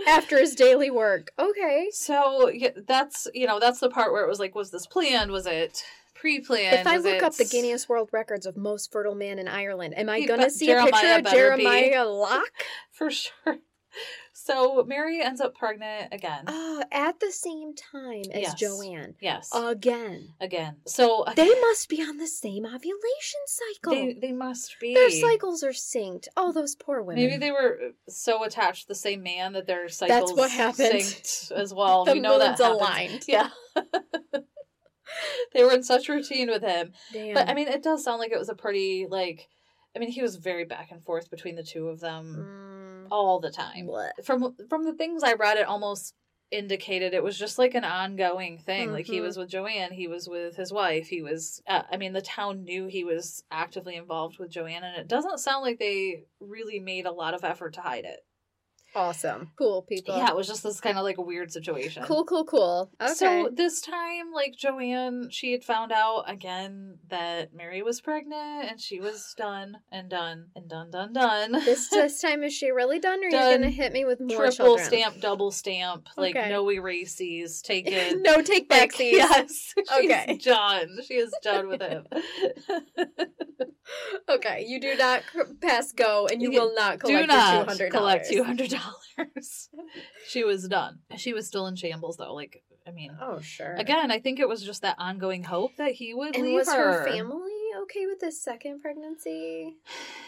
S1: after his daily work. Okay.
S2: So yeah, that's, you know, that's the part where it was like, was this planned? Was it pre-planned?
S1: if I
S2: Was
S1: look up the
S2: it-
S1: Guinness World Records of most fertile man in Ireland, am I
S2: He
S1: gonna
S2: bet-
S1: see
S2: Jeremiah
S1: a picture of
S2: better be.
S1: Jeremiah Locke?
S2: For sure. So Mary ends up pregnant again.
S1: Uh, at the same time as
S2: Yes.
S1: Joanne.
S2: yes.
S1: Again.
S2: again. So
S1: uh, They must be on the same ovulation cycle.
S2: they, they must be.
S1: Their cycles are synced. Oh, those poor women.
S2: Maybe they were uh, so attached to the same man that their cycles
S1: That's what happened.
S2: synced as well.
S1: The
S2: we know that
S1: moon's
S2: happens.
S1: aligned.
S2: Yeah. they were in such routine with him.
S1: Damn.
S2: But I mean, it does sound like it was a pretty like. I mean, he was very back and forth between the two of them
S1: Mm,
S2: all the time.
S1: bleh.
S2: From from the things I read, it almost indicated it was just like an ongoing thing. Like he
S1: Mhm.
S2: was with Joanne, he was with his wife, he was. Uh, I mean, the town knew he was actively involved with Joanne, and it doesn't sound like they really made a lot of effort to hide it.
S1: Awesome. Cool people.
S2: yeah, it was just this kind of like weird situation.
S1: Cool, cool, cool. Okay.
S2: So this time, like Joanne, she had found out again that Mary was pregnant and she was done and done and done, done, done.
S1: this this time is she really done or you're
S2: Done.
S1: gonna hit me with more
S2: Triple
S1: children?
S2: stamp, double stamp, like
S1: Okay.
S2: no erases, taken.
S1: no take
S2: Like,
S1: back these.
S2: yes. She's
S1: Okay.
S2: done. She is done with him.
S1: Okay, you do not c- pass go, and you
S2: You
S1: will not collect
S2: Do
S1: your
S2: not
S1: $200.
S2: collect two hundred dollars. she was done. She was still in shambles though. Like I mean
S1: Oh sure.
S2: Again, I think it was just that ongoing hope that he would
S1: and
S2: leave
S1: was
S2: her.
S1: her family okay with this second pregnancy?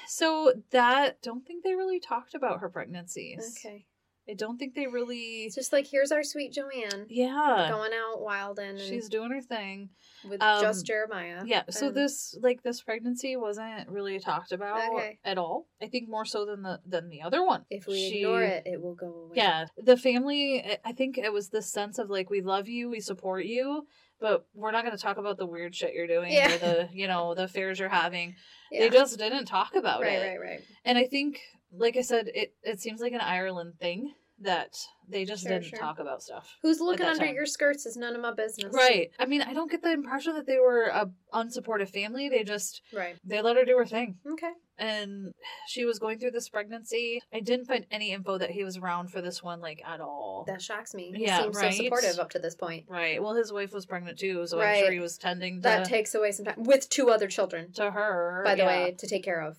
S2: So that don't think they really talked about her pregnancies.
S1: Okay,
S2: I don't think they really.
S1: it's just like here's our sweet Joanne
S2: Yeah,
S1: going out wild and
S2: she's doing her thing.
S1: with
S2: um,
S1: just Jeremiah.
S2: Yeah. So
S1: and-
S2: this like this pregnancy wasn't really talked about
S1: Okay.
S2: at all. I think more so than the than the other one.
S1: If we
S2: She-
S1: ignore it, it will go away.
S2: Yeah, the family. I- I think it was this sense of like we love you, we support you, but we're not going to talk about the weird shit you're doing
S1: Yeah.
S2: or the you know the affairs you're having.
S1: Yeah.
S2: They just didn't talk about
S1: right,
S2: it.
S1: right, right.
S2: And I think, like I said, it, it seems like an Ireland thing that they just
S1: Sure,
S2: didn't
S1: sure.
S2: talk about stuff.
S1: Who's looking
S2: that
S1: under
S2: time.
S1: your skirts is none of my business.
S2: Right. I mean, I don't get the impression that they were a unsupportive family. They just
S1: right.
S2: they let her do her thing.
S1: Okay.
S2: And she was going through this pregnancy. I didn't find any info that he was around for this one like at all. Right.
S1: That shocks me.
S2: Yeah,
S1: he seems
S2: right?
S1: so supportive up to this point.
S2: Well, his wife was pregnant too, so I'm
S1: Right.
S2: sure he was tending to,
S1: That takes away some time with two other children,
S2: to her.
S1: by the
S2: yeah.
S1: way, to take care of,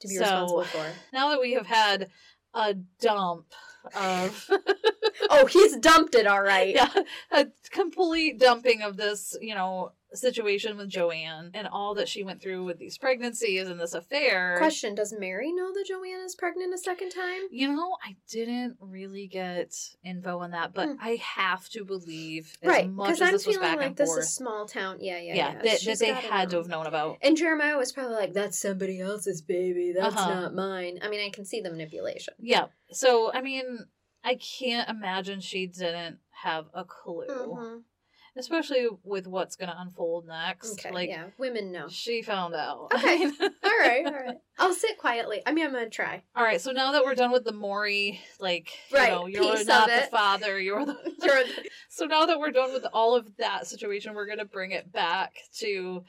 S1: to be
S2: So-
S1: responsible for.
S2: Now that we have had a dump of
S1: Oh, he's dumped it all right.
S2: yeah, a complete dumping of this, you know, situation with Joanne and all that she went through with these pregnancies and this affair.
S1: Question: Does Mary know that Joanne is pregnant a second time?
S2: You know, I didn't really get info on that, but
S1: Hmm.
S2: I have to believe as
S1: right,
S2: much
S1: because
S2: as
S1: I'm
S2: this was
S1: feeling
S2: back
S1: like
S2: and
S1: this
S2: forth.
S1: is small town. Yeah, yeah,
S2: yeah,
S1: yeah.
S2: that, that
S1: She's
S2: they
S1: gotta
S2: had to
S1: know.
S2: have known about.
S1: And Jeremiah was probably like, "That's somebody else's baby. That's
S2: Uh-huh.
S1: not mine." I mean, I can see the manipulation.
S2: Yeah. So, I mean, I can't imagine she didn't have a clue,
S1: Mhm.
S2: especially with what's going to unfold next.
S1: Okay,
S2: like,
S1: yeah, women know.
S2: she found out.
S1: Okay. All right, all right. I'll sit quietly. I mean, I'm gonna try.
S2: All right, so now that we're done with the Maury, like,
S1: Right,
S2: you know, you're
S1: piece
S2: not
S1: of
S2: the
S1: it.
S2: father, you're the.
S1: You're-
S2: so now that we're done with all of that situation, we're going to bring it back to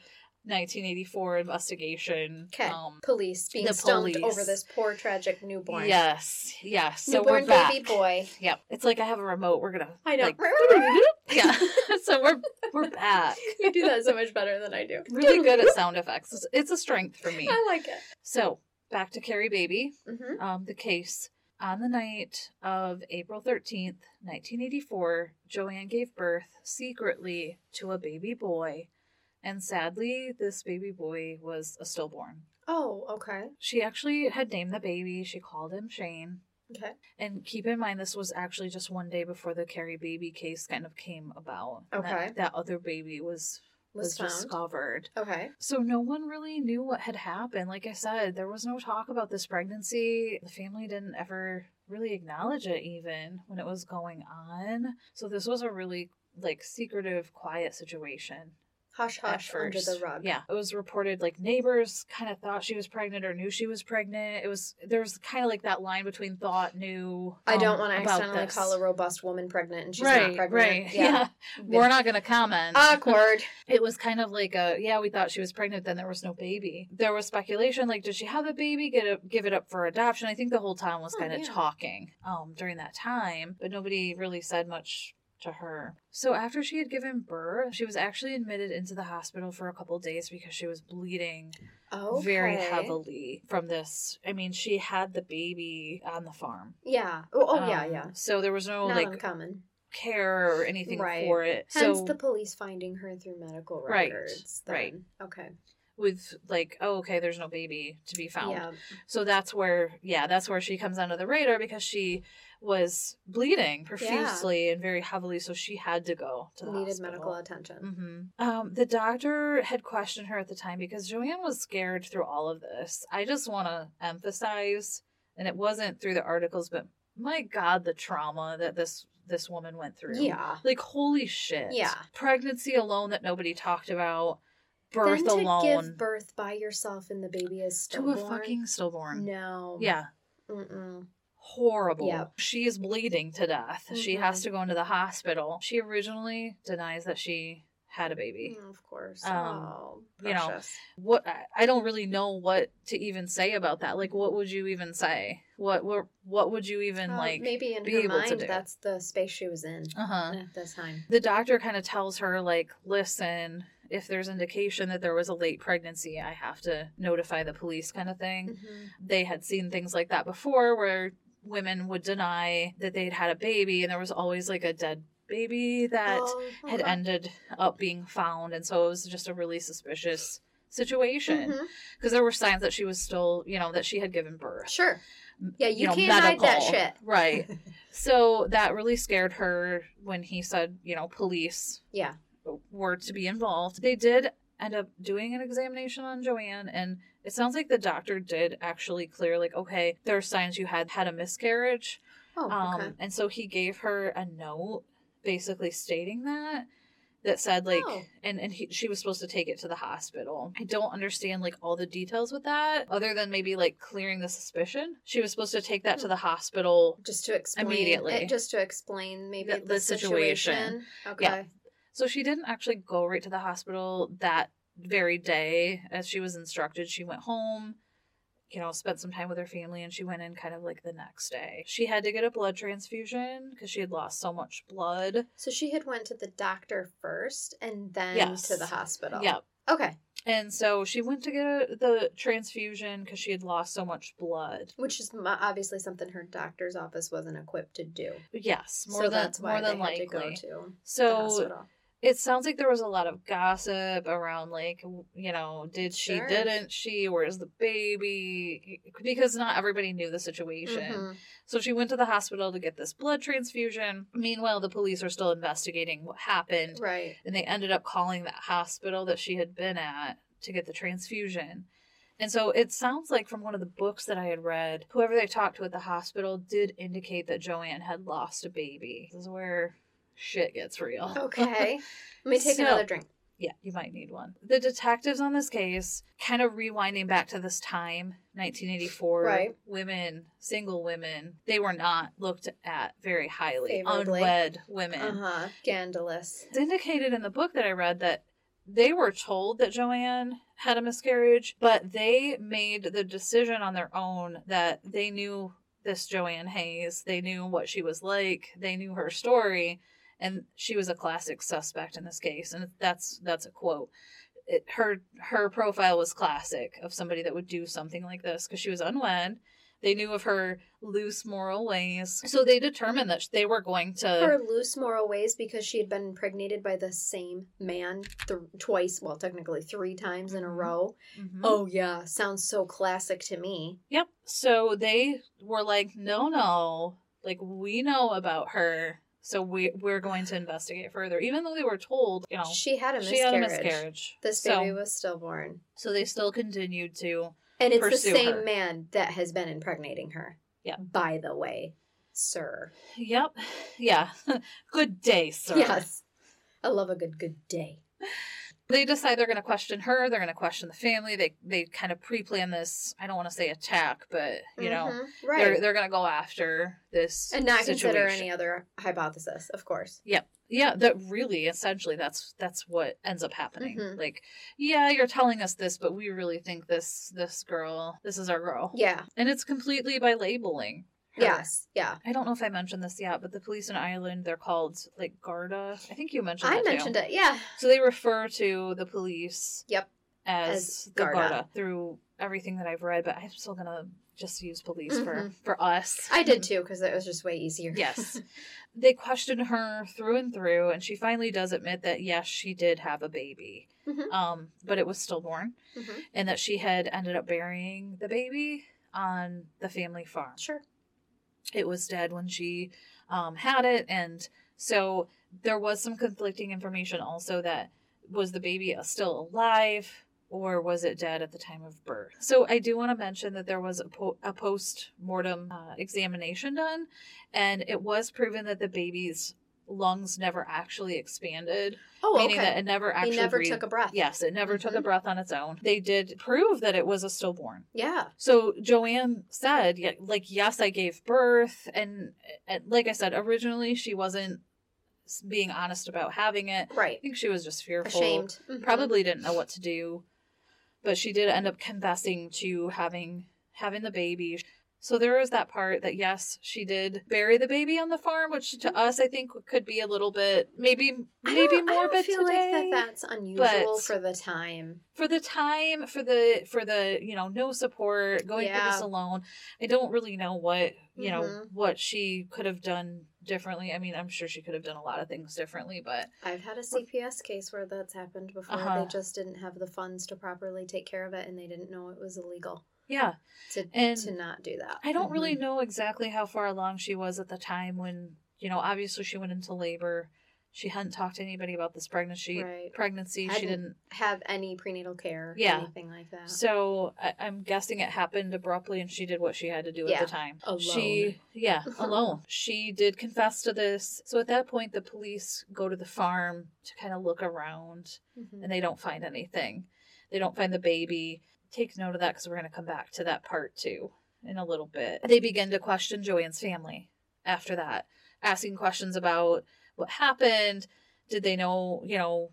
S2: 1984 investigation.
S1: Okay.
S2: Um,
S1: police being
S2: the
S1: stumped
S2: police.
S1: over this poor tragic newborn.
S2: yes, yes. So
S1: newborn
S2: we're back.
S1: baby boy.
S2: Yep. It's like I have a remote. We're going to.
S1: I know.
S2: Like, yeah. so we're we're back.
S1: you do that so much better than I do.
S2: Really good at sound effects. It's, it's a strength for me.
S1: I like it.
S2: So back to Carrie Baby.
S1: Mm-hmm.
S2: um, the case. On the night of April 13th, 1984, Joanne gave birth secretly to a baby boy, and sadly, this baby boy was a stillborn.
S1: Oh, okay.
S2: She actually had named the baby, she called him Shane.
S1: Okay.
S2: And keep in mind, this was actually just one day before the Carrie baby case kind of came about. and that-
S1: Okay.
S2: That, other baby was,
S1: Was,
S2: was,
S1: found.
S2: discovered.
S1: Okay.
S2: So no one really knew what had happened. Like I said, there was no talk about this pregnancy. The family didn't ever really acknowledge it even when it was going on. So this was a really like secretive, quiet situation.
S1: Hush,
S2: at
S1: hush, under the
S2: first.
S1: rug.
S2: Yeah. It was reported like neighbors kind of thought she was pregnant or knew she was pregnant. It was there was kind of like that line between thought, knew.
S1: I don't
S2: um,
S1: want to
S2: about
S1: accidentally
S2: this.
S1: call a robust woman pregnant and she's not
S2: right,
S1: pregnant.
S2: right. Yeah. We're not gonna comment.
S1: Awkward.
S2: It was kind of like a yeah, we thought she was pregnant, then there was no baby. There was speculation like, did she have a baby? Get a, give it up for adoption? I think the whole town was
S1: Oh,
S2: kind of
S1: yeah.
S2: talking um, during that time, but nobody really said much to her. So after she had given birth, she was actually admitted into the hospital for a couple days because she was bleeding
S1: Oh,
S2: very heavily from this. I mean, she had the baby on the farm.
S1: Yeah. Oh, oh yeah,
S2: Um,
S1: yeah.
S2: So there was no
S1: Not
S2: like
S1: uncommon.
S2: care or anything
S1: Right.
S2: for it.
S1: Hence
S2: so
S1: the police finding her through medical
S2: Right,
S1: records.
S2: right.
S1: then. Okay.
S2: with like, oh, okay, there's no baby to be found.
S1: Yeah.
S2: So that's where, yeah, that's where she comes under the radar because she was bleeding profusely and very heavily, so she had to go to the
S1: Needed
S2: hospital.
S1: medical attention.
S2: hmm Um, the doctor had questioned her at the time because Joanne was scared through all of this. I just want to emphasize, and it wasn't through the articles, but my God, the trauma that this this woman went through.
S1: Yeah.
S2: like holy shit.
S1: Yeah.
S2: pregnancy alone that nobody talked about, birth
S1: then to
S2: alone
S1: give birth by yourself and the baby is
S2: to a
S1: stillborn.
S2: fucking stillborn.
S1: no.
S2: Yeah,
S1: Mm-mm.
S2: horrible.
S1: Yep.
S2: She is bleeding to death. She
S1: Mhm.
S2: has to go into the hospital. She originally denies that she had a baby.
S1: Mm, Of course.
S2: Um,
S1: oh,
S2: you know,
S1: precious.
S2: What I- I don't really know what to even say about that. Like, what would you even say? What what what would you even
S1: Well,
S2: like?
S1: Uh, maybe in
S2: be
S1: her
S2: able to
S1: mind
S2: do.
S1: that's the space she was in
S2: Uh huh.
S1: at the time.
S2: The doctor kind of tells her like, listen, if there's indication that there was a late pregnancy, I have to notify the police, kind of thing.
S1: Mhm.
S2: they had seen things like that before where women would deny that they'd had a baby and there was always like a dead baby that
S1: Oh,
S2: had
S1: okay.
S2: ended up being found and so it was just a really suspicious situation because
S1: Mhm.
S2: there were signs that she was still you know that she had given birth
S1: Sure. Yeah, you
S2: know,
S1: can't hide that
S2: medical.
S1: shit.
S2: right so that really scared her when he said you know police
S1: Yeah.
S2: were to be involved they did end up doing an examination on joanne and it sounds like the doctor did actually clear like okay there are signs you had had a miscarriage
S1: Oh,
S2: um,
S1: okay.
S2: and so he gave her a note basically stating that that said like
S1: Oh.
S2: and and he, she was supposed to take it to the hospital. I don't understand like all the details with that other than maybe like clearing the suspicion. She was supposed to take
S1: Hmm.
S2: that to the hospital.
S1: just to explain
S2: Immediately.
S1: eh, just to explain maybe
S2: The-
S1: the,
S2: the situation.
S1: situation. Okay.
S2: Yeah. So she didn't actually go right to the hospital that very day as she was instructed. She went home, you know, spent some time with her family and she went in kind of like the next day. She had to get a blood transfusion cuz she had lost so much blood.
S1: So she had went to the doctor first and then
S2: Yes.
S1: to the hospital.
S2: Yeah.
S1: Okay.
S2: And so she went to get a, the transfusion because she had lost so much blood.
S1: Which is mo- obviously something her doctor's office wasn't equipped to do.
S2: Yes, more
S1: so
S2: than
S1: that's why
S2: more than
S1: they
S2: likely.
S1: had to go to the
S2: so
S1: hospital.
S2: it sounds like there was a lot of gossip around, like you know, did she,
S1: Sure.
S2: didn't she, where's the baby? Because not everybody knew the situation.
S1: Mhm.
S2: So she went to the hospital to get this blood transfusion. Meanwhile, the police are still investigating what happened.
S1: Right.
S2: and they ended up calling that hospital that she had been at to get the transfusion. And so it sounds like from one of the books that I had read, whoever they talked to at the hospital did indicate that Joanne had lost a baby. This is where shit gets real.
S1: Okay. Let me take
S2: So-
S1: another drink.
S2: yeah, you might need one. The detectives on this case, kind of rewinding back to this time, 1984,
S1: Right.
S2: women, single women, they were not looked at very highly.
S1: Favorably.
S2: Unwed women
S1: Uh huh. Scandalous.
S2: it's indicated in the book that I read that they were told that Joanne had a miscarriage, but they made the decision on their own that they knew this Joanne Hayes, they knew what she was like, they knew her story, and she was a classic suspect in this case. And that's that's a quote. It, her her profile was classic of somebody that would do something like this because she was unwed. They knew of her loose moral ways, so they determined that they were going to
S1: her loose moral ways because she had been impregnated by the same man th- twice, well, technically three times in a
S2: Mhm.
S1: row.
S2: Mhm.
S1: Oh, yeah. Sounds so classic to me.
S2: Yep. So they were like, no, no, like we know about her, so we we're going to investigate further, even though they were told, you know,
S1: She had a miscarriage.
S2: she had a miscarriage.
S1: This
S2: so,
S1: baby was stillborn.
S2: so they still continued to.
S1: And it's
S2: Pursue
S1: the same
S2: her.
S1: man that has been impregnating her.
S2: Yeah.
S1: By the way, sir.
S2: Yep. Yeah. good day, sir.
S1: Yes. I love a good, good day.
S2: They decide they're going to question her. They're going to question the family. They they kind of pre-plan this. I don't want to say attack, but you know,
S1: Mhm. right.
S2: they're they're going to go after this
S1: and not consider
S2: situation.
S1: any other hypothesis, of course.
S2: yeah that really essentially that's that's what ends up happening
S1: Mhm.
S2: like yeah you're telling us this but we really think this this girl this is our girl
S1: Yeah.
S2: and it's completely by labeling Or-
S1: Yes. Yeah.
S2: I don't know if I mentioned this yet, but the police in Ireland, they're called like Garda. I think you mentioned
S1: I
S2: that too.
S1: mentioned it. Yeah.
S2: So they refer to the police
S1: Yep.
S2: as,
S1: As
S2: the
S1: Garda.
S2: Garda. through everything that I've read, but I'm still gonna just use police for
S1: Mhm.
S2: for us.
S1: I did too because it was just way easier.
S2: yes. They question her through and through, and she finally does admit that yes, she did have a baby,
S1: Mhm.
S2: um, but it was stillborn,
S1: Mhm.
S2: and that she had ended up burying the baby on the family farm
S1: Sure.
S2: it was dead when she um, had it and so there was some conflicting information also that was the baby still alive or was it dead at the time of birth so i do want to mention that there was a, po- a post-mortem uh, examination done and it was proven that the baby's lungs never actually expanded
S1: Oh,
S2: meaning that
S1: okay.
S2: it never actually
S1: He never
S2: breathed.
S1: took a breath.
S2: yes it never took a
S1: Mhm.
S2: breath on its own they did prove that it was a stillborn
S1: Yeah.
S2: so Joanne said, yeah, like, yes, I gave birth. And, and like I said, originally she wasn't s- being honest about having it. I
S1: Right.
S2: think she was just fearful.
S1: Ashamed. Mhm.
S2: Probably didn't know what to do. But she did end up confessing to having having the baby. So there was that part that yes, she did bury the baby on the farm, which to us I think could be a little bit maybe
S1: Mm-hmm. I
S2: maybe
S1: don't- I
S2: morbid
S1: don't feel
S2: today
S1: like that that's unusual
S2: but-
S1: for the time.
S2: for the time for the for the you know no support going through this
S1: Yeah.
S2: alone i don't really know what you know
S1: Mhm.
S2: what she could have done differently i mean i'm sure she could have done a lot of things differently but
S1: I've had a CPS case where that's happened before.
S2: Uh-huh.
S1: They just didn't have the funds to properly take care of it, and they didn't know it was illegal
S2: yeah
S1: to
S2: And
S1: to not do that.
S2: i don't really
S1: Mhm.
S2: know exactly how far along she was at the time when you know obviously she went into labor she hadn't talked to anybody about this pregnancy
S1: Mm-hmm. Right.
S2: pregnancy she
S1: Hadn't.
S2: didn't
S1: have any prenatal care,
S2: Yeah.
S1: anything like that.
S2: so I, i'm guessing it happened abruptly and she did what she had to do
S1: Yeah.
S2: at the time
S1: Alone.
S2: She, yeah, alone. she did confess to this. So at that point, the police go to the farm to kind of look around
S1: Mhm.
S2: and they don't find anything. They don't find the baby. Take note of that because we're going to come back to that part too in a little bit. They begin to question Joanne's family after that, asking questions about what happened. Did they know, you know,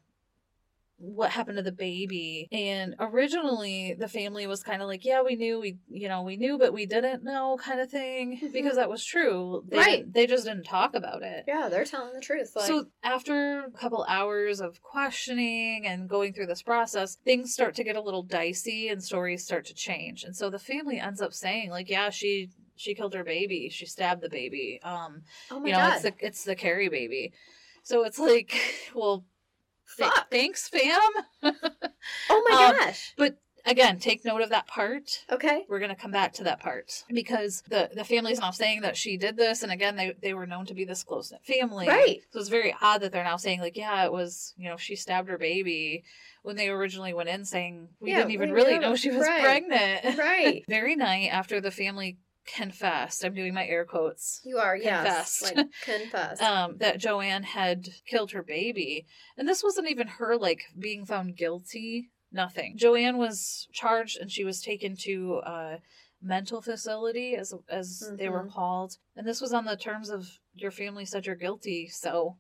S2: what happened to the baby? And originally, the family was kind of like, yeah, we knew, we, you know, we knew, but we didn't know kind of thing
S1: Mhm.
S2: because that was true. They
S1: Right.
S2: didn't- They just didn't talk about it
S1: Yeah, they're telling the truth. Like,
S2: so after a couple hours of questioning and going through this process, things start to get a little dicey and stories start to change. And so the family ends up saying, like, yeah, she she killed her baby, she stabbed the baby. Um,
S1: oh my
S2: you know,
S1: god,
S2: it's the it's the Carrie baby. So it's like, well, th-
S1: fuck!
S2: thanks, fam.
S1: oh my
S2: um,
S1: gosh.
S2: Again, take note of that part
S1: Okay.
S2: we're going to come back to that part because the the family's now saying that she did this and again they, they were known to be this close knit family
S1: Right.
S2: so it's very odd that they're now saying like yeah it was you know she stabbed her baby when they originally went in saying we
S1: Yeah,
S2: didn't even
S1: we
S2: really
S1: knew.
S2: know she was
S1: Right.
S2: pregnant
S1: Right.
S2: very night after the family confessed i'm doing my air quotes
S1: You are, yes.
S2: Confessed.
S1: Like confess.
S2: um, that Joanne had killed her baby. And this wasn't even her like being found guilty, nothing. Joanne was charged and she was taken to a mental facility as as they
S1: Mm-hmm.
S2: were called. And this was on the terms of your family said you're guilty, so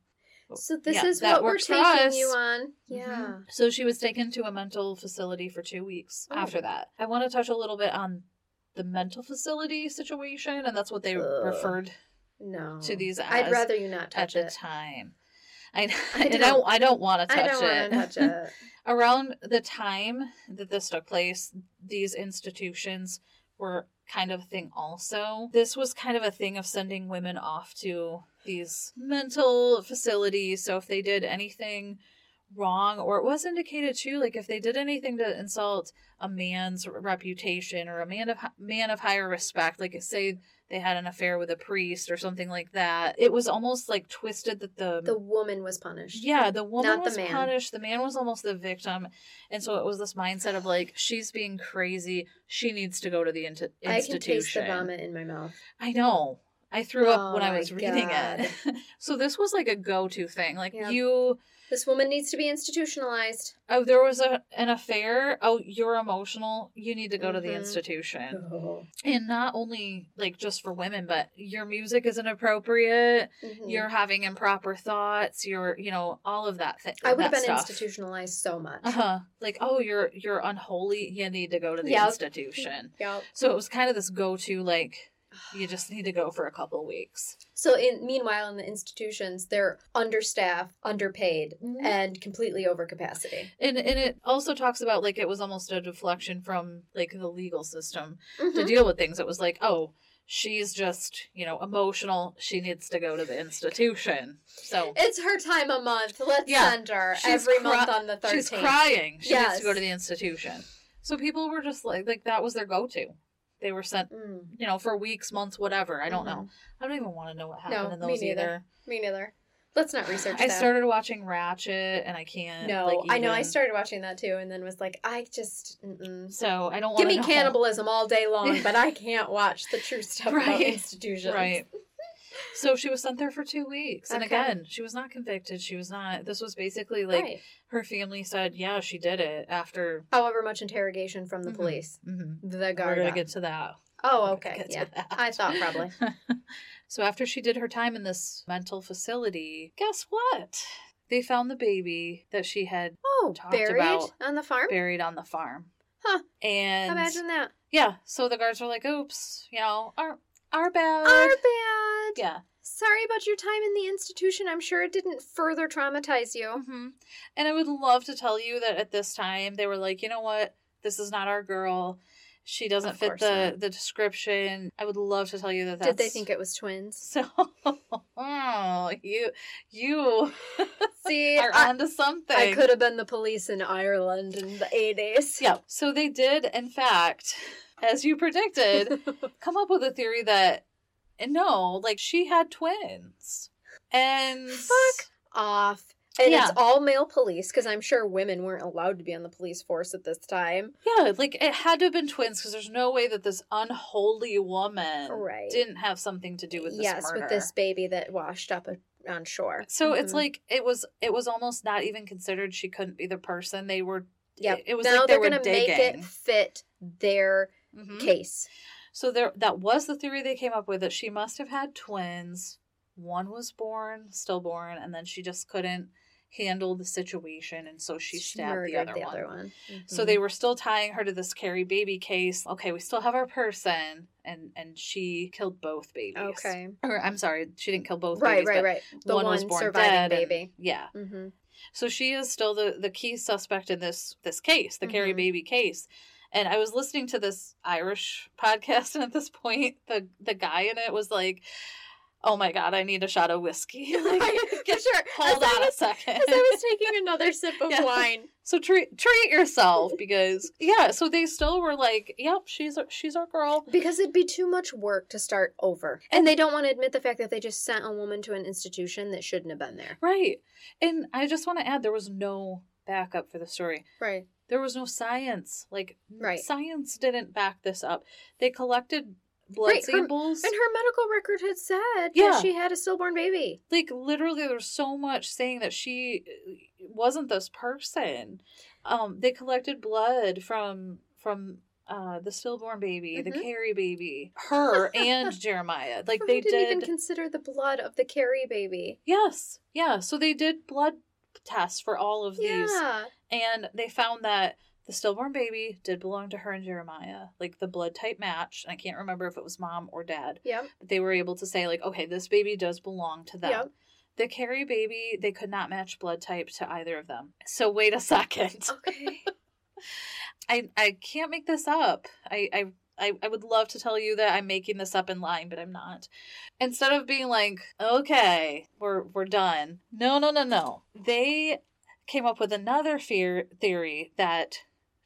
S1: so this
S2: yeah,
S1: is
S2: that
S1: what we're
S2: works for
S1: taking
S2: us.
S1: you on. Yeah.
S2: Mhm. So she was taken to a mental facility for 2 weeks
S1: Oh.
S2: after that. I want to touch a little bit on the mental facility situation and that's what they
S1: Ugh.
S2: referred
S1: No.
S2: to these as
S1: I'd rather you not
S2: at
S1: touch
S2: the
S1: it.
S2: time. I,
S1: I
S2: I don't,
S1: don't-
S2: I don't want to touch
S1: I don't
S2: it.
S1: want to touch it.
S2: Around the time that this took place, these institutions were kind of a thing also. This was kind of a thing of sending women off to these mental facilities. So if they did anything wrong, or it was indicated too, like if they did anything to insult a man's reputation or a man of man of higher respect, like say they had an affair with a priest or something like that, it was almost like twisted that
S1: The woman was punished.
S2: yeah, the woman
S1: Not the
S2: was
S1: man.
S2: punished. The man was almost the victim, and so it was this mindset of like she's being crazy. She needs to go to the inti-
S1: I can taste
S2: institution.
S1: the vomit in my mouth.
S2: I know. I threw up when
S1: Oh
S2: I
S1: my
S2: was reading it. so this was like a go-to thing. Like
S1: Yeah.
S2: you,
S1: This woman needs to be institutionalized.
S2: oh, there was a, an affair. Oh, you're emotional. You need to go to the
S1: Mhm.
S2: institution.
S1: Oh.
S2: And not only like just for women, but your music isn't appropriate.
S1: Mm-hmm. Mm.
S2: You're having improper thoughts. You're, you know, all of that thing.
S1: I would have been
S2: institution.
S1: institutionalized so much.
S2: Uh huh. Like, oh, you're you're unholy. You need to go to the
S1: Yep.
S2: institution.
S1: Yep.
S2: So it was kind of this go to like, You just need to go for a couple weeks.
S1: So, in meanwhile, in the institutions, they're understaffed, underpaid,
S2: Mhm.
S1: and completely over capacity.
S2: And and it also talks about like it was almost a deflection from like the legal system
S1: Mm-hmm.
S2: to deal with things. It was like, oh, she's just, you know, emotional. She needs to go to the institution. So
S1: It's her time a month. Let's
S2: Yeah.
S1: send her
S2: She's
S1: every
S2: cry-
S1: month on the 13th.
S2: she's crying. She needs
S1: Yes.
S2: to go to the institution. So people were just like like that was their go to. They were sent,
S1: Mm,
S2: you know, for weeks, months, whatever. I don't know. I don't even want to know what happened
S1: No,
S2: in
S1: me
S2: those
S1: neither.
S2: either.
S1: me neither. Let's not research
S2: I
S1: that.
S2: started watching Ratchet and I can't
S1: no,
S2: like,
S1: I know. I
S2: even-
S1: started watching that too, and then was like, I just. Mm-mm.
S2: so I don't want
S1: Give me cannibalism all day long, but I can't watch the true stuff about
S2: Right.
S1: institutions.
S2: Right. So she was sent there for two weeks. And
S1: Okay.
S2: again, she was not convicted. She was not. This was basically like
S1: Right.
S2: her family said, yeah, she did it after.
S1: However much interrogation from the
S2: Mhm.
S1: police,
S2: Mhm.
S1: the
S2: We're
S1: guard.
S2: going to get to that.
S1: oh,
S2: We're gonna
S1: okay.
S2: get to
S1: Yeah,
S2: that.
S1: I thought probably.
S2: so after she did her time in this mental facility, guess what? They found the baby that she had
S1: Oh,
S2: Talked
S1: buried
S2: about
S1: on the farm.
S2: buried on the farm.
S1: Huh.
S2: And
S1: Imagine that.
S2: yeah, so the guards were like, oops, you know, our, our bad.
S1: Our bad.
S2: Oh, yeah.
S1: Sorry about your time in the institution. I'm sure it didn't further traumatize you.
S2: hmm And I would love to tell you that at this time they were like, you know what, this is not our girl. She doesn't
S1: Of
S2: fit
S1: course
S2: the
S1: not.
S2: the description. I would love to tell you that. That's...
S1: Did they think it was twins?
S2: so? oh, you you
S1: See,
S2: are
S1: I,
S2: onto something.
S1: I could have been the police in Ireland in the 80s.
S2: Yeah. So they did, in fact, as you predicted, come up with a theory that no, like she had twins, and
S1: Fuck. Off. And
S2: Yeah.
S1: it's all male police because I'm sure women weren't allowed to be on the police force at this time.
S2: Yeah, like it had to have been twins because there's no way that this unholy woman
S1: Right.
S2: didn't have something to do with this
S1: yes,
S2: murder.
S1: with this baby that washed up a- on shore.
S2: So it's
S1: Mhm.
S2: like it was it was almost not even considered she couldn't be the person they were.
S1: yep.
S2: it- it was
S1: now
S2: like they
S1: they're
S2: were
S1: gonna make
S2: digging.
S1: it fit their
S2: Mhm.
S1: case.
S2: So there, that was the theory they came up with that she must have had twins. One was born, stillborn, and then she just couldn't handle the situation, and so she stabbed the
S1: murdered
S2: other one.
S1: one.
S2: So
S1: Mhm.
S2: they were still tying her to this Carrie baby case. Okay, we still have our person, and and she killed both babies.
S1: Okay.
S2: or I'm sorry, she didn't kill both.
S1: Right,
S2: babies,
S1: right,
S2: but
S1: right. The
S2: one
S1: one,
S2: was born
S1: surviving
S2: dead and-
S1: baby.
S2: Yeah,
S1: Mm-hmm.
S2: so she is still the the key suspect in this this case, the Carrie
S1: Mhm.
S2: baby case. And I was listening to this Irish podcast, and at this point, the the guy in it was like, "Oh my god, I need a shot of whiskey." Like,
S1: For sure.
S2: Hold
S1: As I
S2: on a
S1: was-
S2: second.
S1: As I was taking another sip of
S2: Yeah.
S1: wine.
S2: So treat treat yourself because yeah. So they still were like, "Yep, she's our, she's our girl."
S1: Because it'd be too much work to start over. And they don't want to admit the fact that they just sent a woman to an institution that shouldn't have been there.
S2: Right. And I just want to add there was no backup for the story.
S1: Right.
S2: There was no science. Like
S1: Right.
S2: science didn't back this up. They collected blood
S1: Right, her-
S2: samples.
S1: And her medical record had said
S2: Yeah.
S1: that she had a stillborn baby.
S2: like literally there was so much saying that she uh, wasn't this person. Um they collected blood from from uh, the stillborn baby, the
S1: Mhm.
S2: Carrie baby, her and Jeremiah. Like they
S1: didn't
S2: did
S1: even consider the blood of the Carrie baby.
S2: Yes. Yeah. So they did blood tests for all of these
S1: Yeah.
S2: and they found that the stillborn baby did belong to her and Jeremiah. Like the blood type matched. And I can't remember if it was mom or dad,
S1: Yep.
S2: but they were able to say, like, okay, this baby does belong to them.
S1: Yep.
S2: The Carrie baby, they could not match blood type to either of them. So wait a second.
S1: Okay.
S2: I, I can't make this up. I, I I I would love to tell you that I'm making this up in line, but I'm not. Instead of being like, okay, we're we're done. No, no, no, no. They came up with another fear theory that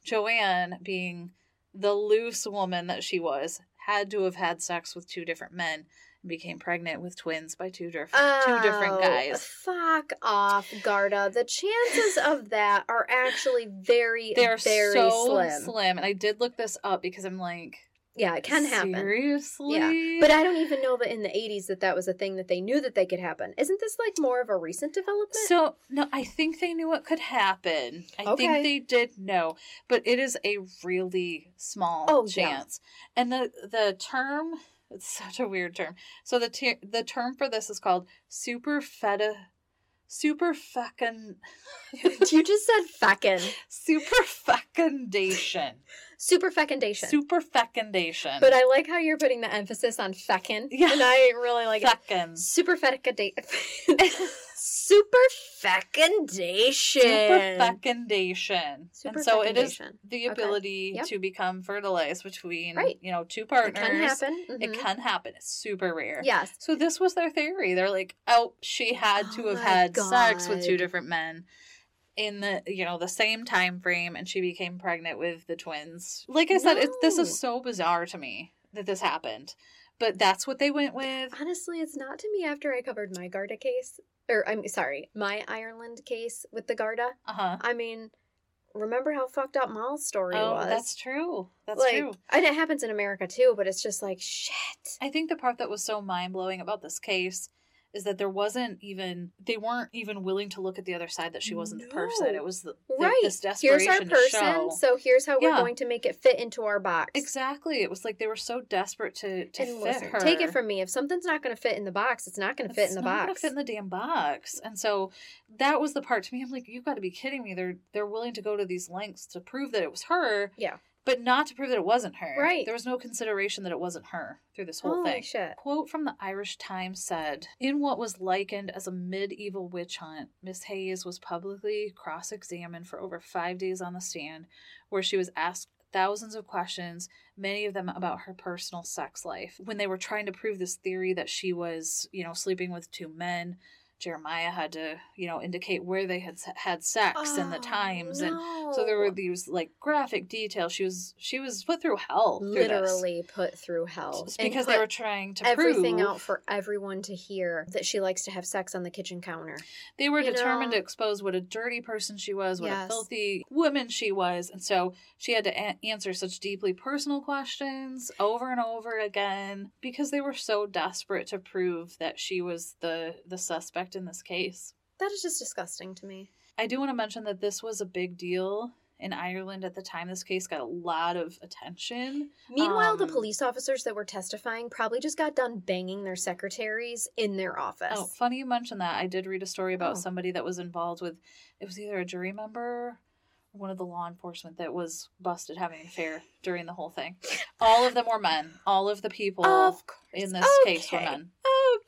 S2: Joanne, being the loose woman that she was, had to have had sex with two different men and became pregnant with twins by two different two different
S1: Oh,
S2: guys.
S1: Fuck off, Garda. The chances of that are actually very,
S2: They are
S1: very
S2: so
S1: slim.
S2: slim, and I did look this up because I'm like,
S1: Yeah, it can happen.
S2: Seriously?
S1: But I don't even know that in the 80s that that was a thing that they knew that they could happen. Isn't this like more of a recent development?
S2: so no, I think they knew what could happen. I think
S1: Okay.
S2: they did know, but it is a really small
S1: Oh, yeah.
S2: chance. And the the term it's such a weird term. So the ter- the term for this is called super feta super fucking
S1: you just said fucking.
S2: super fecundation.
S1: Super fecundation.
S2: Super fecundation.
S1: But I like how you're putting the emphasis on feckin.
S2: Yeah.
S1: And I really like it.
S2: fecund.
S1: Super fecundation. Super fecundation.
S2: Super fecundation. and so it is
S1: fecundation.
S2: the
S1: Okay.
S2: ability
S1: Yep.
S2: to become fertilized between
S1: Right.
S2: you know two
S1: It
S2: partners.
S1: can happen.
S2: It
S1: Mhm.
S2: can happen. It's super rare.
S1: Yes.
S2: So this was their theory. They're like, oh, she had to
S1: Oh
S2: have
S1: my
S2: had sex with two
S1: God.
S2: different men in the you know the same time frame, and she became pregnant with the twins. Like I said, it's this
S1: No.
S2: is so bizarre to me that this happened, but that's what they went with.
S1: Honestly, it's not to me after I covered my Garda case, or I'm sorry, my Ireland case with the Garda.
S2: Uh huh.
S1: I mean, remember how fucked up Mal's story
S2: Oh,
S1: was?
S2: that's true. That's
S1: like,
S2: true.
S1: And it happens in America too, but it's just like shit.
S2: I think the part that was so mind blowing about this case is that there wasn't even they weren't even willing to look at the other side that she wasn't the person.
S1: No.
S2: It was the, the-
S1: Right.
S2: this
S1: Here's
S2: desperation
S1: our
S2: to show.
S1: person, so here's how
S2: Yeah.
S1: we're going to make it fit into our box.
S2: Exactly. It was like they were so desperate to to
S1: And
S2: fit
S1: listen,
S2: her.
S1: take it from me. If something's not going to fit in the box, it's not going to fit in the
S2: not gonna
S1: box.
S2: Fit in the damn box. And so that was the part to me. I'm like, you got to be kidding me. They're they're willing to go to these lengths to prove that it was her.
S1: Yeah.
S2: But not to prove that it wasn't her.
S1: Right. Oh,
S2: There was no consideration that it wasn't her through this whole
S1: Holy
S2: thing.
S1: shit.
S2: Quote from the Irish Times said In what was likened as a medieval witch hunt, Miss Hayes was publicly cross examined for over five days on the stand, where she was asked thousands of questions, many of them about her personal sex life. When they were trying to prove this theory that she was, you know, sleeping with two men, Jeremiah had to, you know, indicate where they had s- had sex and the
S1: Oh,
S2: times and so there were
S1: the
S2: these like graphic details. She was she was put through hell. through this.
S1: literally put through hell
S2: It's
S1: and
S2: because they
S1: put
S2: were trying to
S1: everything
S2: prove
S1: out for everyone to hear that she likes to have sex on the kitchen counter.
S2: They were
S1: You
S2: determined
S1: know?
S2: to expose what a dirty person she was, what a
S1: Yes.
S2: filthy woman she was. And so she had to a- answer such deeply personal questions over and over again because they were so desperate to prove that she was the, the suspect in this case.
S1: That is just disgusting to me.
S2: I do want to mention that this was a big deal in Ireland at the time. This case got a lot of attention.
S1: Meanwhile, the
S2: Um,
S1: police officers that were testifying probably just got done banging their secretaries in their office.
S2: Oh, funny you mentioned that. I did read a story about
S1: Oh.
S2: somebody that was involved with it was either a jury member or one of the law enforcement that was busted having an affair during the whole thing. All of them were men. All of the people
S1: of course.
S2: in this case were
S1: Okay.
S2: men.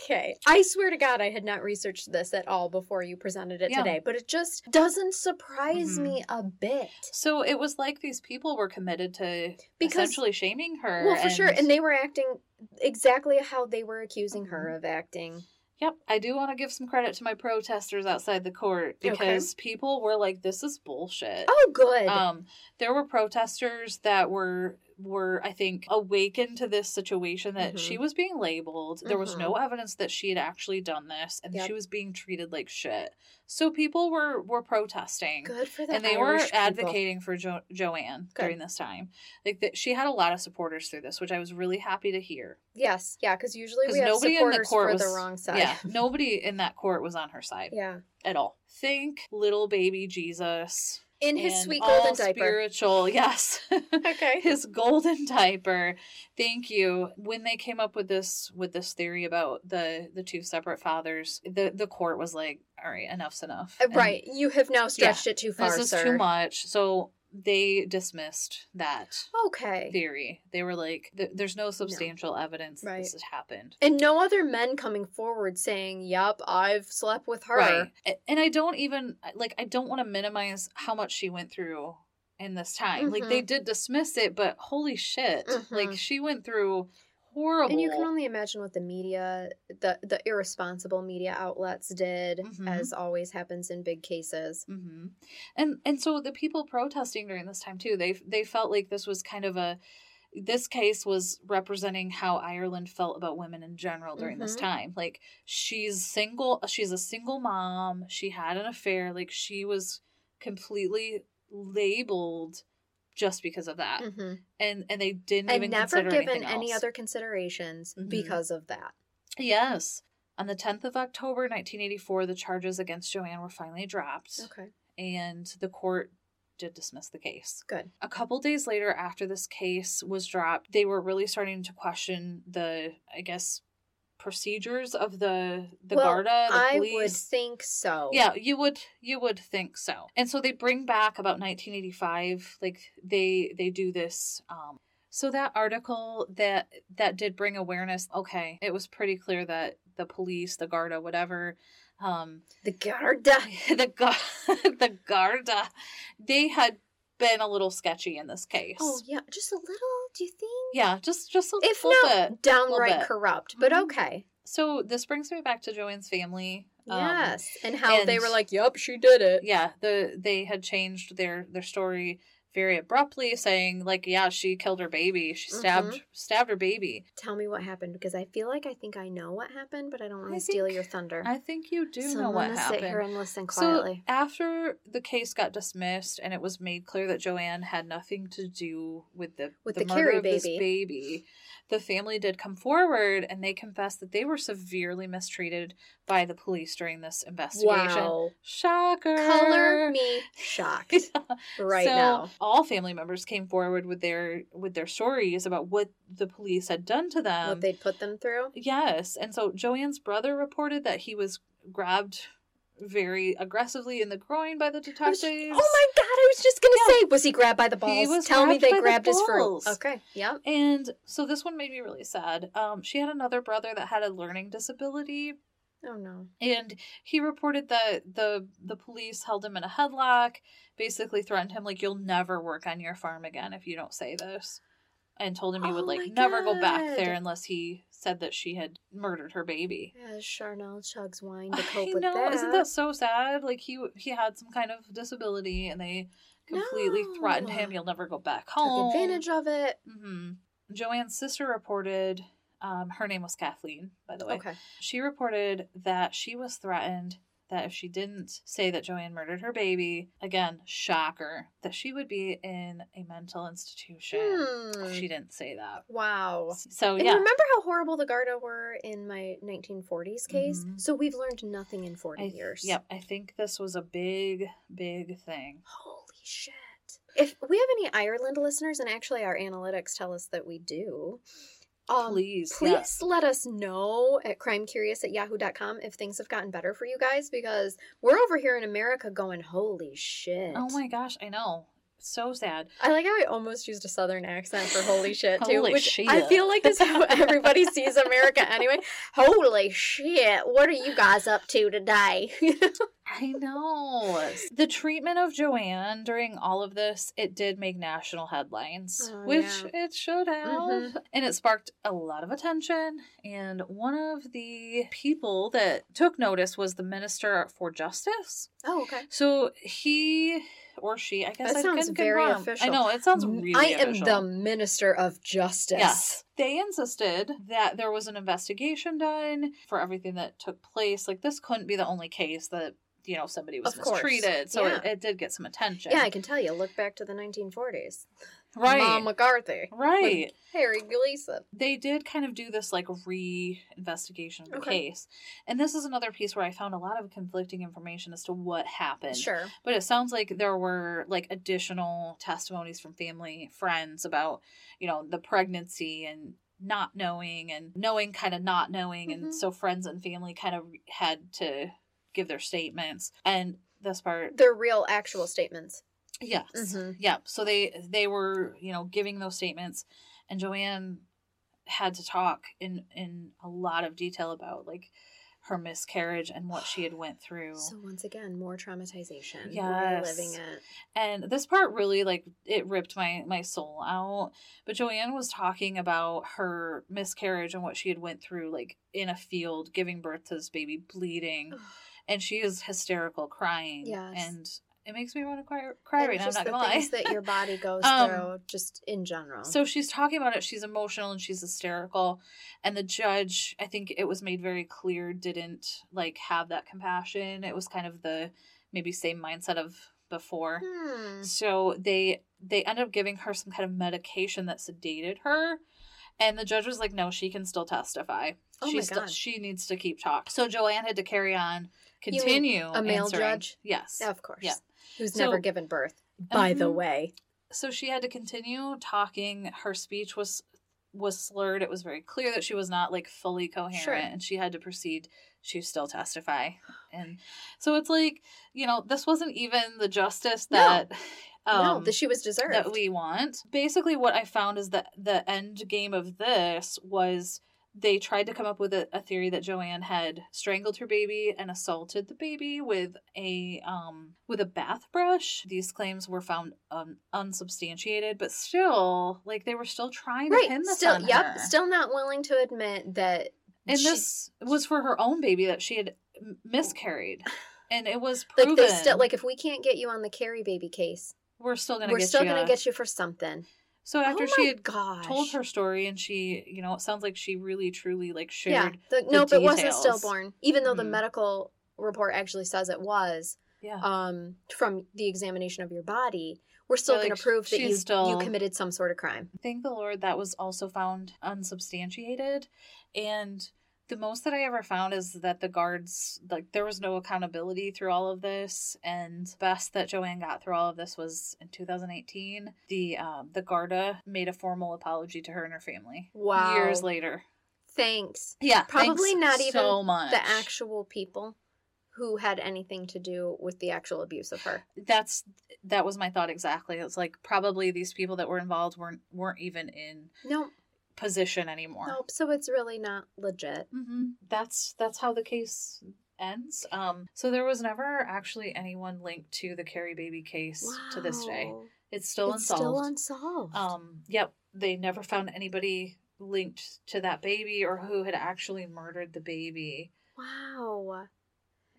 S1: Okay. I swear to God, I had not researched this at all before you presented it
S2: Yeah.
S1: today, but it just doesn't surprise
S2: Mhm.
S1: me a bit.
S2: So it was like these people were committed to
S1: Because-
S2: essentially shaming her.
S1: Well, for sure. And they were acting exactly how they were accusing her
S2: Mm-hmm.
S1: of acting.
S2: Yep, I do want to give some credit to my protesters outside the court
S1: Okay.
S2: because people were like, "This is bullshit."
S1: Oh, good.
S2: Um, there were protesters that were were I think awakened to this situation that
S1: Mhm.
S2: she was being labeled. There was
S1: Mhm.
S2: no evidence that she had actually done this, and
S1: Yep.
S2: she was being treated like shit. So people were were protesting.
S1: good for the
S2: And they
S1: Irish
S2: were
S1: people.
S2: advocating for jo- Joanne
S1: Good.
S2: during this time. Like that, she had a lot of supporters through this, which I was really happy to hear.
S1: Yes, yeah, because usually
S2: Because
S1: we have
S2: nobody in
S1: supporters
S2: the court
S1: for
S2: was
S1: the wrong side.
S2: Yeah, nobody in that court was on her side
S1: Yeah.
S2: at all. Think little baby Jesus
S1: In his
S2: and
S1: sweet
S2: all
S1: golden diaper.
S2: Spiritual, yes.
S1: Okay.
S2: his golden diaper. Thank you. When they came up with this with this theory about the the two separate fathers, the the court was like, "All right, enough's enough."
S1: Uh,
S2: And
S1: right. You have now stretched it too far,
S2: this is
S1: sir.
S2: too much. So they dismissed that
S1: Okay.
S2: theory. They were like, "Th- "There's no substantial evidence that this has happened."
S1: And no other men coming forward saying, Yep, I've slept with her.
S2: Right. A- And I don't even like I don't want to minimize how much she went through in this time. Like
S1: Mm-hmm.
S2: they did dismiss it, but holy shit. Like
S1: Mhm.
S2: she went through horrible
S1: And you can only imagine what the media, the, the irresponsible media outlets did,
S2: Mhm.
S1: as always happens in big cases.
S2: hmm And and so the people protesting during this time too, they they felt like this was kind of a this case was representing how Ireland felt about women in general during this
S1: Mhm.
S2: time. Like she's single, she's a single mom, she had an affair, like she was completely labeled just because of that.
S1: hmm
S2: And and they didn't
S1: And
S2: Uh, even
S1: never
S2: consider
S1: given
S2: anything
S1: any
S2: else.
S1: other considerations
S2: Mhm.
S1: because of that.
S2: Yes. On the 10th of October 1984, the charges against Joanne were finally dropped
S1: Okay.
S2: and the court did dismiss the case.
S1: Good.
S2: A couple days later, after this case was dropped, they were really starting to question the, I guess, procedures of the the
S1: well,
S2: Garda, the
S1: I would
S2: police.
S1: think so.
S2: Yeah, you would you would think so. And so they bring back about 1985 like they they do this um so that article that that did bring awareness. Okay, it was pretty clear that the police, the Garda, whatever um
S1: The Garda.
S2: the gar- the Garda they had been a little sketchy in this case.
S1: Oh yeah, just a little. Do you think?
S2: Yeah, just just a
S1: If
S2: little
S1: not
S2: bit.
S1: downright
S2: bit.
S1: corrupt, but
S2: Mhm.
S1: okay.
S2: So this brings me back to Joanne's family. Um,
S1: yes, and how they
S2: and-
S1: were like, "Yep, she did it."
S2: yeah the they had changed their their story very abruptly saying like yeah she killed her baby she stabbed
S1: Mm-hmm.
S2: stabbed her baby
S1: Tell me what happened because I feel like I think I know what happened, but I don't want
S2: I
S1: to steal
S2: think-
S1: your thunder.
S2: i think you do
S1: so
S2: know
S1: I'm
S2: what
S1: gonna
S2: happened
S1: sit here and listen
S2: so
S1: quietly.
S2: after the case got dismissed and it was made clear that joanne had nothing to do with the
S1: With the
S2: murder
S1: Carey
S2: of this
S1: baby.
S2: baby the family did come forward and they confessed that they were severely mistreated by the police during this investigation
S1: wow,
S2: shocker
S1: color me shocked right
S2: so
S1: now.
S2: all family members came forward with their with their stories about what the police had done to them
S1: what they put them through?
S2: yes and so joanne's brother reported that he was grabbed very aggressively in the groin by the
S1: I was-
S2: detectives
S1: oh my god! I was just gonna
S2: Yeah.
S1: say, was he grabbed by the balls?
S2: was
S1: Tell me
S2: grabbed
S1: they
S2: by the
S1: grabbed his fruit.
S2: balls.
S1: Okay. Yep.
S2: and so this one made me really sad um, she had another brother that had a learning disability
S1: Oh no.
S2: and he reported that the the police held him in a headlock basically threatened him like you'll never work on your farm again if you don't say this and told him he
S1: Oh
S2: would like
S1: my
S2: never go back there
S1: God.
S2: unless he said that she had murdered her baby
S1: As Charnel chugs wine to
S2: I
S1: cope with
S2: know,
S1: that.
S2: isn't that so sad? Like he he had some kind of disability, and they completely threatened
S1: No.
S2: him. You'll never go back
S1: Took
S2: home.
S1: advantage of it.
S2: hmm Joanne's sister reported. Um, her name was Kathleen, by the way.
S1: Okay.
S2: She reported that she was threatened that if she didn't say that Joanne murdered her baby, again, shocker, that she would be in a mental institution.
S1: Hmm.
S2: She didn't say that.
S1: Wow.
S2: So,
S1: And
S2: Oh, yeah.
S1: remember how horrible the Garda were in my 1940s case?
S2: Mhm.
S1: So we've learned nothing in 40
S2: I,
S1: years.
S2: Yep, I think this was a big, big thing.
S1: Holy shit. If we have any Ireland listeners, and actually our analytics tell us that we do, um,
S2: please,
S1: please
S2: yes.
S1: let us know at crimecurious at yahoo.com if things have gotten better for you guys because we're over here in America going, holy shit.
S2: Oh my gosh, I know. So sad.
S1: I like how I almost used a southern accent for holy shit too,
S2: Holy
S1: which
S2: shit.
S1: I feel like is how everybody sees America anyway. Holy shit, what are you guys up to today?
S2: I know. The treatment of Joanne during all of this, it did make national headlines,
S1: Oh,
S2: which
S1: yeah.
S2: it should have.
S1: Mhm.
S2: And it sparked a lot of attention. And one of the people that took notice was the Minister for Justice.
S1: oh, okay.
S2: So he or she, I guess
S1: That
S2: I
S1: sounds
S2: couldn't get
S1: very
S2: wrong. I
S1: official.
S2: know, it sounds really
S1: I am
S2: official.
S1: the minister of justice.
S2: Yes. They insisted that there was an investigation done for everything that took place. Like, this couldn't be the only case that, you know, somebody was
S1: Of course.
S2: mistreated. So it,
S1: Yeah.
S2: it did get some attention.
S1: Yeah, I can tell you. Look back to the 1940s.
S2: Right.
S1: Mom McCarthy.
S2: right.
S1: Harry Gleason.
S2: They did kind of do this, like, re investigation of the
S1: Okay.
S2: case. And this is another piece where I found a lot of conflicting information as to what happened.
S1: Sure.
S2: But it sounds like there were like additional testimonies from family, friends about, you know, the pregnancy and not knowing and knowing kind of not knowing.
S1: Mhm.
S2: And so friends and family kind of had to give their statements. And this part,
S1: They're real actual statements.
S2: yes.
S1: Mhm.
S2: Yeah. So they they were, you know, giving those statements and Joanne had to talk in in a lot of detail about like her miscarriage and what she had went through.
S1: So once again, more traumatization.
S2: Yes.
S1: Reliving it.
S2: and this part really like it ripped my my soul out but joanne was talking about her miscarriage and what she had went through like in a field giving birth to this baby bleeding
S1: Ugh.
S2: and she is hysterical crying
S1: Yes.
S2: and it makes me want to cry, cry right
S1: And
S2: now i'm
S1: just
S2: not
S1: the
S2: gonna lie
S1: things that your body goes
S2: Um,
S1: through, just in general.
S2: so she's talking about it. She's emotional and she's hysterical. And the judge, I think it was made very clear, didn't like have that compassion. It was kind of the maybe same mindset of before.
S1: Hmm.
S2: So they they ended up giving her some kind of medication that sedated her. And the judge was like, no, she can still testify.
S1: Oh
S2: she
S1: my
S2: still
S1: God.
S2: she needs to keep talk. So Joanne had to carry on,
S1: mean
S2: continue.
S1: a male
S2: answering.
S1: judge?
S2: Yes.
S1: Of course.
S2: Yeah.
S1: Who's
S2: So-
S1: never given birth, by the
S2: Mhm.
S1: way.
S2: So she had to continue talking. Her speech was was slurred. It was very clear that she was not like fully coherent
S1: Sure.
S2: and she had to proceed to still testify. And so it's like, you know, this wasn't even the justice
S1: No.
S2: that
S1: no, that she was deserved.
S2: um, that we want. Basically, what I found is that the end game of this was they tried to come up with a, a theory that Joanne had strangled her baby and assaulted the baby with a um with a bath brush. These claims were found um, unsubstantiated, but still, like they were still trying to pin
S1: right.
S2: this
S1: Still,
S2: on
S1: yep.
S2: her.
S1: Still not willing to admit that.
S2: and
S1: she-
S2: this was for her own baby that she had m- miscarried, and it was proven.
S1: like they still like if we can't get you on the Carrie baby case,
S2: we're still gonna
S1: we're
S2: get
S1: still
S2: you.
S1: gonna
S2: a-
S1: get you for something.
S2: so after
S1: oh
S2: she
S1: my
S2: had
S1: gosh.
S2: told her story and she you know it sounds like she really truly like shared
S1: Yeah. The, nope, it wasn't
S2: details.
S1: stillborn, even though the
S2: Mhm.
S1: medical report actually says it was.
S2: Yeah.
S1: Um, from the examination of your body, we're still
S2: like,
S1: going to prove that
S2: she's
S1: you you
S2: still-
S1: committed some sort of crime.
S2: thank the lord that was also found unsubstantiated and the most that i ever found is that the guards like there was no accountability through all of this and the best that joanne got through all of this was in 2018 the um, the garda made a formal apology to her and her family
S1: Wow.
S2: years later
S1: Thanks.
S2: yeah
S1: Probably
S2: thanks
S1: not
S2: so
S1: even
S2: much
S1: The actual people who had anything to do with the actual abuse of her.
S2: that's that was my thought exactly it's like probably these people that were involved weren't weren't even in
S1: No,
S2: position anymore.
S1: nope. Mm-hmm. So it's really not legit.
S2: hmm That's that's how the case ends. Um, so there was never actually anyone linked to the Carrie baby case to this day.
S1: Wow.
S2: It's still
S1: it's
S2: unsolved.
S1: still unsolved.
S2: um, yep, they never found anybody linked to that baby or who had actually murdered the baby.
S1: wow.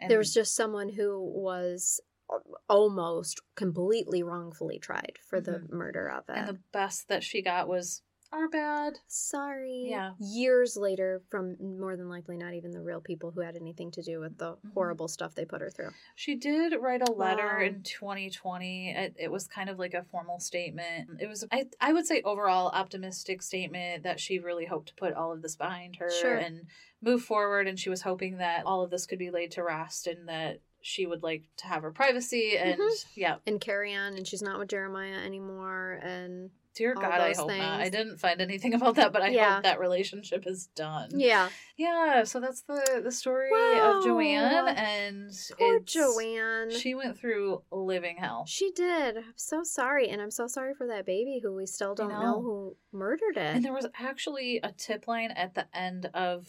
S2: And
S1: There was just someone who was al- almost completely wrongfully tried for
S2: Mhm.
S1: the murder of it.
S2: and the best that she got was our bad.
S1: Sorry.
S2: Yeah.
S1: Years later, from more than likely not even the real people who had anything to do with the
S2: Mhm.
S1: horrible stuff they put her through.
S2: She did write a letter
S1: Wow.
S2: in 2020. It, it was kind of like a formal statement. It was, I, I would say, overall optimistic statement that she really hoped to put all of this behind her
S1: Sure.
S2: and move forward. And she was hoping that all of this could be laid to rest and that she would like to have her privacy. And yeah,
S1: And carry on, and she's not with Jeremiah anymore. And
S2: dear
S1: All
S2: God, I
S1: those
S2: hope not. I
S1: things.
S2: didn't find anything about that, but I
S1: Yeah.
S2: hope that relationship is done.
S1: yeah,
S2: Yeah, so that's the the story
S1: Wow.
S2: of Joanne, and
S1: poor
S2: it's-
S1: Joanne. She,
S2: She went through living hell.
S1: did. I'm so sorry, and I'm so sorry for that baby who we still don't know.
S2: know.
S1: who murdered it.
S2: And there was actually a tip line at the end of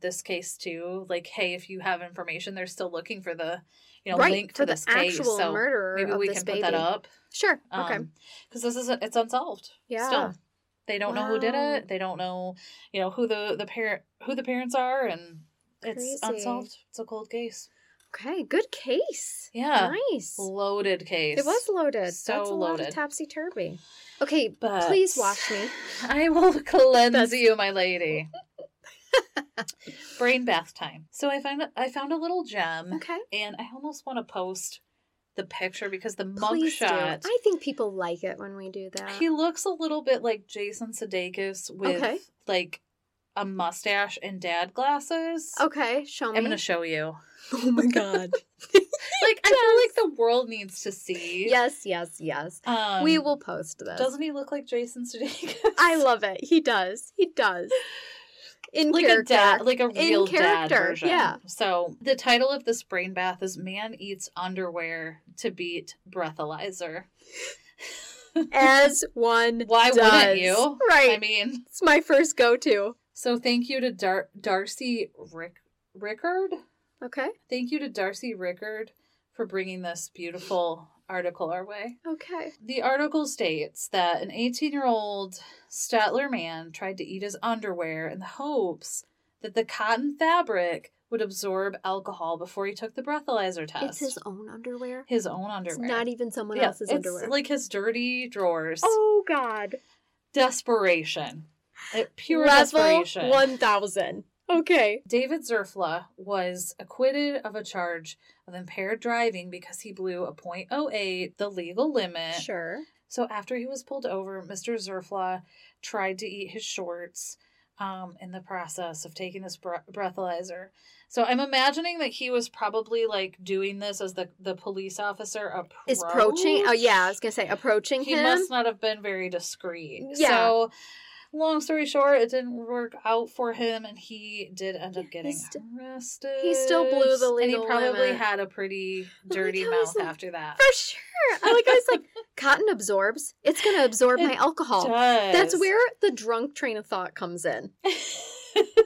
S2: this case too, like, hey, if you have information, they're still looking for the, you know,
S1: right
S2: link
S1: for
S2: to this
S1: the
S2: case.
S1: actual
S2: so
S1: murderer
S2: maybe
S1: of
S2: we
S1: this
S2: can
S1: baby.
S2: put that up.
S1: Sure. okay.
S2: Um, because this is it's unsolved.
S1: Yeah.
S2: Still, they don't know who did
S1: Wow.
S2: it. They don't know, you know, who the the parent who the parents are, and
S1: Crazy.
S2: it's unsolved. It's a cold case.
S1: Okay. Good case.
S2: Yeah,
S1: Nice.
S2: loaded case.
S1: It was loaded.
S2: So
S1: That's a lot
S2: loaded.
S1: of topsy turvy. Okay,
S2: But
S1: please watch me.
S2: I will cleanse
S1: That's-
S2: you, my lady. Brain bath time. So I found I found a little gem,
S1: Okay.
S2: and I almost want to post the picture because the
S1: Please do.
S2: mugshot.
S1: I think people like it when we do that.
S2: He looks a little bit like Jason Sudeikis with
S1: Okay.
S2: like a mustache and dad glasses.
S1: okay, show me.
S2: I'm gonna show you.
S1: oh my god.
S2: Like I feel like the world needs to see.
S1: yes, yes, yes.
S2: Um,
S1: we will post this.
S2: Doesn't he look like Jason Sudeikis?
S1: I love it. He does. He does. In
S2: like
S1: character.
S2: a dad, like a
S1: In
S2: real dad
S1: character,
S2: version.
S1: yeah.
S2: So the title of this brain bath is "Man Eats Underwear to Beat Breathalyzer."
S1: As one.
S2: Why
S1: does.
S2: wouldn't you?
S1: Right.
S2: I mean,
S1: it's my first go to.
S2: so thank you to Dar- Darcy Rick Rickard.
S1: Okay.
S2: Thank you to Darcy Rickard for bringing this beautiful article our way.
S1: Okay.
S2: The article states that an 18 year old Statler man tried to eat his underwear in the hopes that the cotton fabric would absorb alcohol before he took the breathalyzer test.
S1: It's his own underwear.
S2: His own underwear.
S1: It's not even someone
S2: Yeah,
S1: else's
S2: it's
S1: underwear.
S2: like his dirty drawers.
S1: oh god.
S2: Desperation. It, pure
S1: Level
S2: desperation.
S1: 1000. Okay.
S2: David Zerfla was acquitted of a charge of impaired driving because he blew a .08, the legal limit,
S1: Sure.
S2: So after he was pulled over, Mr. Zerfla tried to eat his shorts um, in the process of taking this bre- breathalyzer. So I'm imagining that he was probably like doing this as the, the police officer approached.
S1: Is oh, approaching. Oh yeah, I was gonna say approaching
S2: He
S1: him.
S2: must not have been very discreet.
S1: Yeah.
S2: So Long story short, it didn't work out for him, and he did end up
S1: Yeah,
S2: getting
S1: he's st-
S2: arrested.
S1: he still blew the
S2: and he
S1: legal
S2: probably
S1: limit.
S2: had a pretty
S1: my
S2: dirty
S1: God, I was
S2: mouth
S1: like,
S2: after that.
S1: For sure. I like I was like, cotton absorbs. It's gonna absorb my
S2: It
S1: alcohol.
S2: Does.
S1: Oh, That's where the drunk train of thought comes in.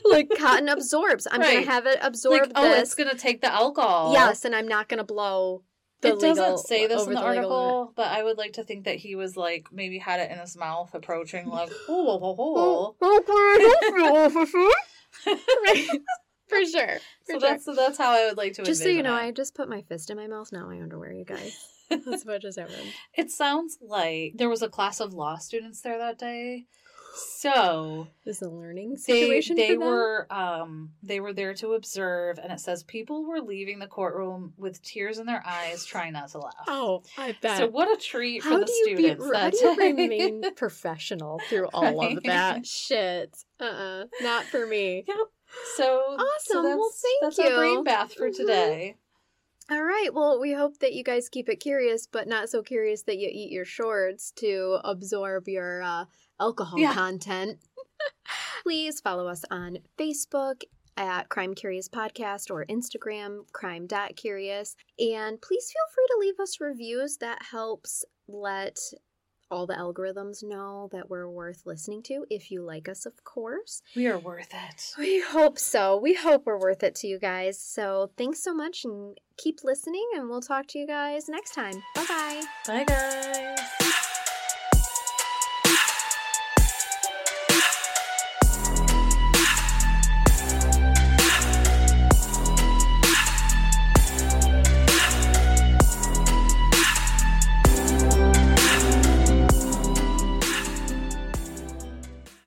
S1: Like cotton absorbs. I'm
S2: Right.
S1: gonna have it absorb
S2: like, oh,
S1: this.
S2: it's gonna take the alcohol.
S1: yes, and I'm not gonna blow the
S2: it doesn't
S1: legal-
S2: say this
S1: over
S2: in the,
S1: legal limit.
S2: article, but I would like to think that he was like maybe had it in his mouth approaching like, oh, whoa, whoa, whoa.
S1: oh, right. For sure. For
S2: So
S1: sure.
S2: that's so that's how I would like to.
S1: just so you know, I
S2: envision
S1: just put my fist in my mouth, not my underwear, you guys.
S2: it.
S1: That's what just happened.
S2: it sounds like there was a class of law students there that day, so
S1: This is a learning
S2: they
S1: situation.
S2: they
S1: for them.
S2: were um they were there to observe, and it says people were leaving the courtroom with tears in their eyes, trying not to laugh.
S1: Oh, I bet.
S2: So what a treat for
S1: how
S2: the
S1: do you be,
S2: students!
S1: how
S2: that
S1: do you
S2: day.
S1: remain professional through all of
S2: Right.
S1: that shit? Uh-uh. Not for me.
S2: Yep. So So
S1: Awesome.
S2: that's,
S1: Well, thank
S2: that's our brain
S1: you.
S2: bath for
S1: Mhm.
S2: today.
S1: All right. Well, we hope that you guys keep it curious, but not so curious that you eat your shorts to absorb your uh, alcohol
S2: Yeah.
S1: content. Please follow us on Facebook at Crime Curious Podcast or Instagram, crime.curious. And please feel free to leave us reviews. That helps let all the algorithms know that we're worth listening to if you like us, of course.
S2: We are worth it.
S1: We hope so. We hope we're worth it to you guys. So thanks so much and keep listening, and we'll talk to you guys next time. Bye bye.
S2: Bye, guys.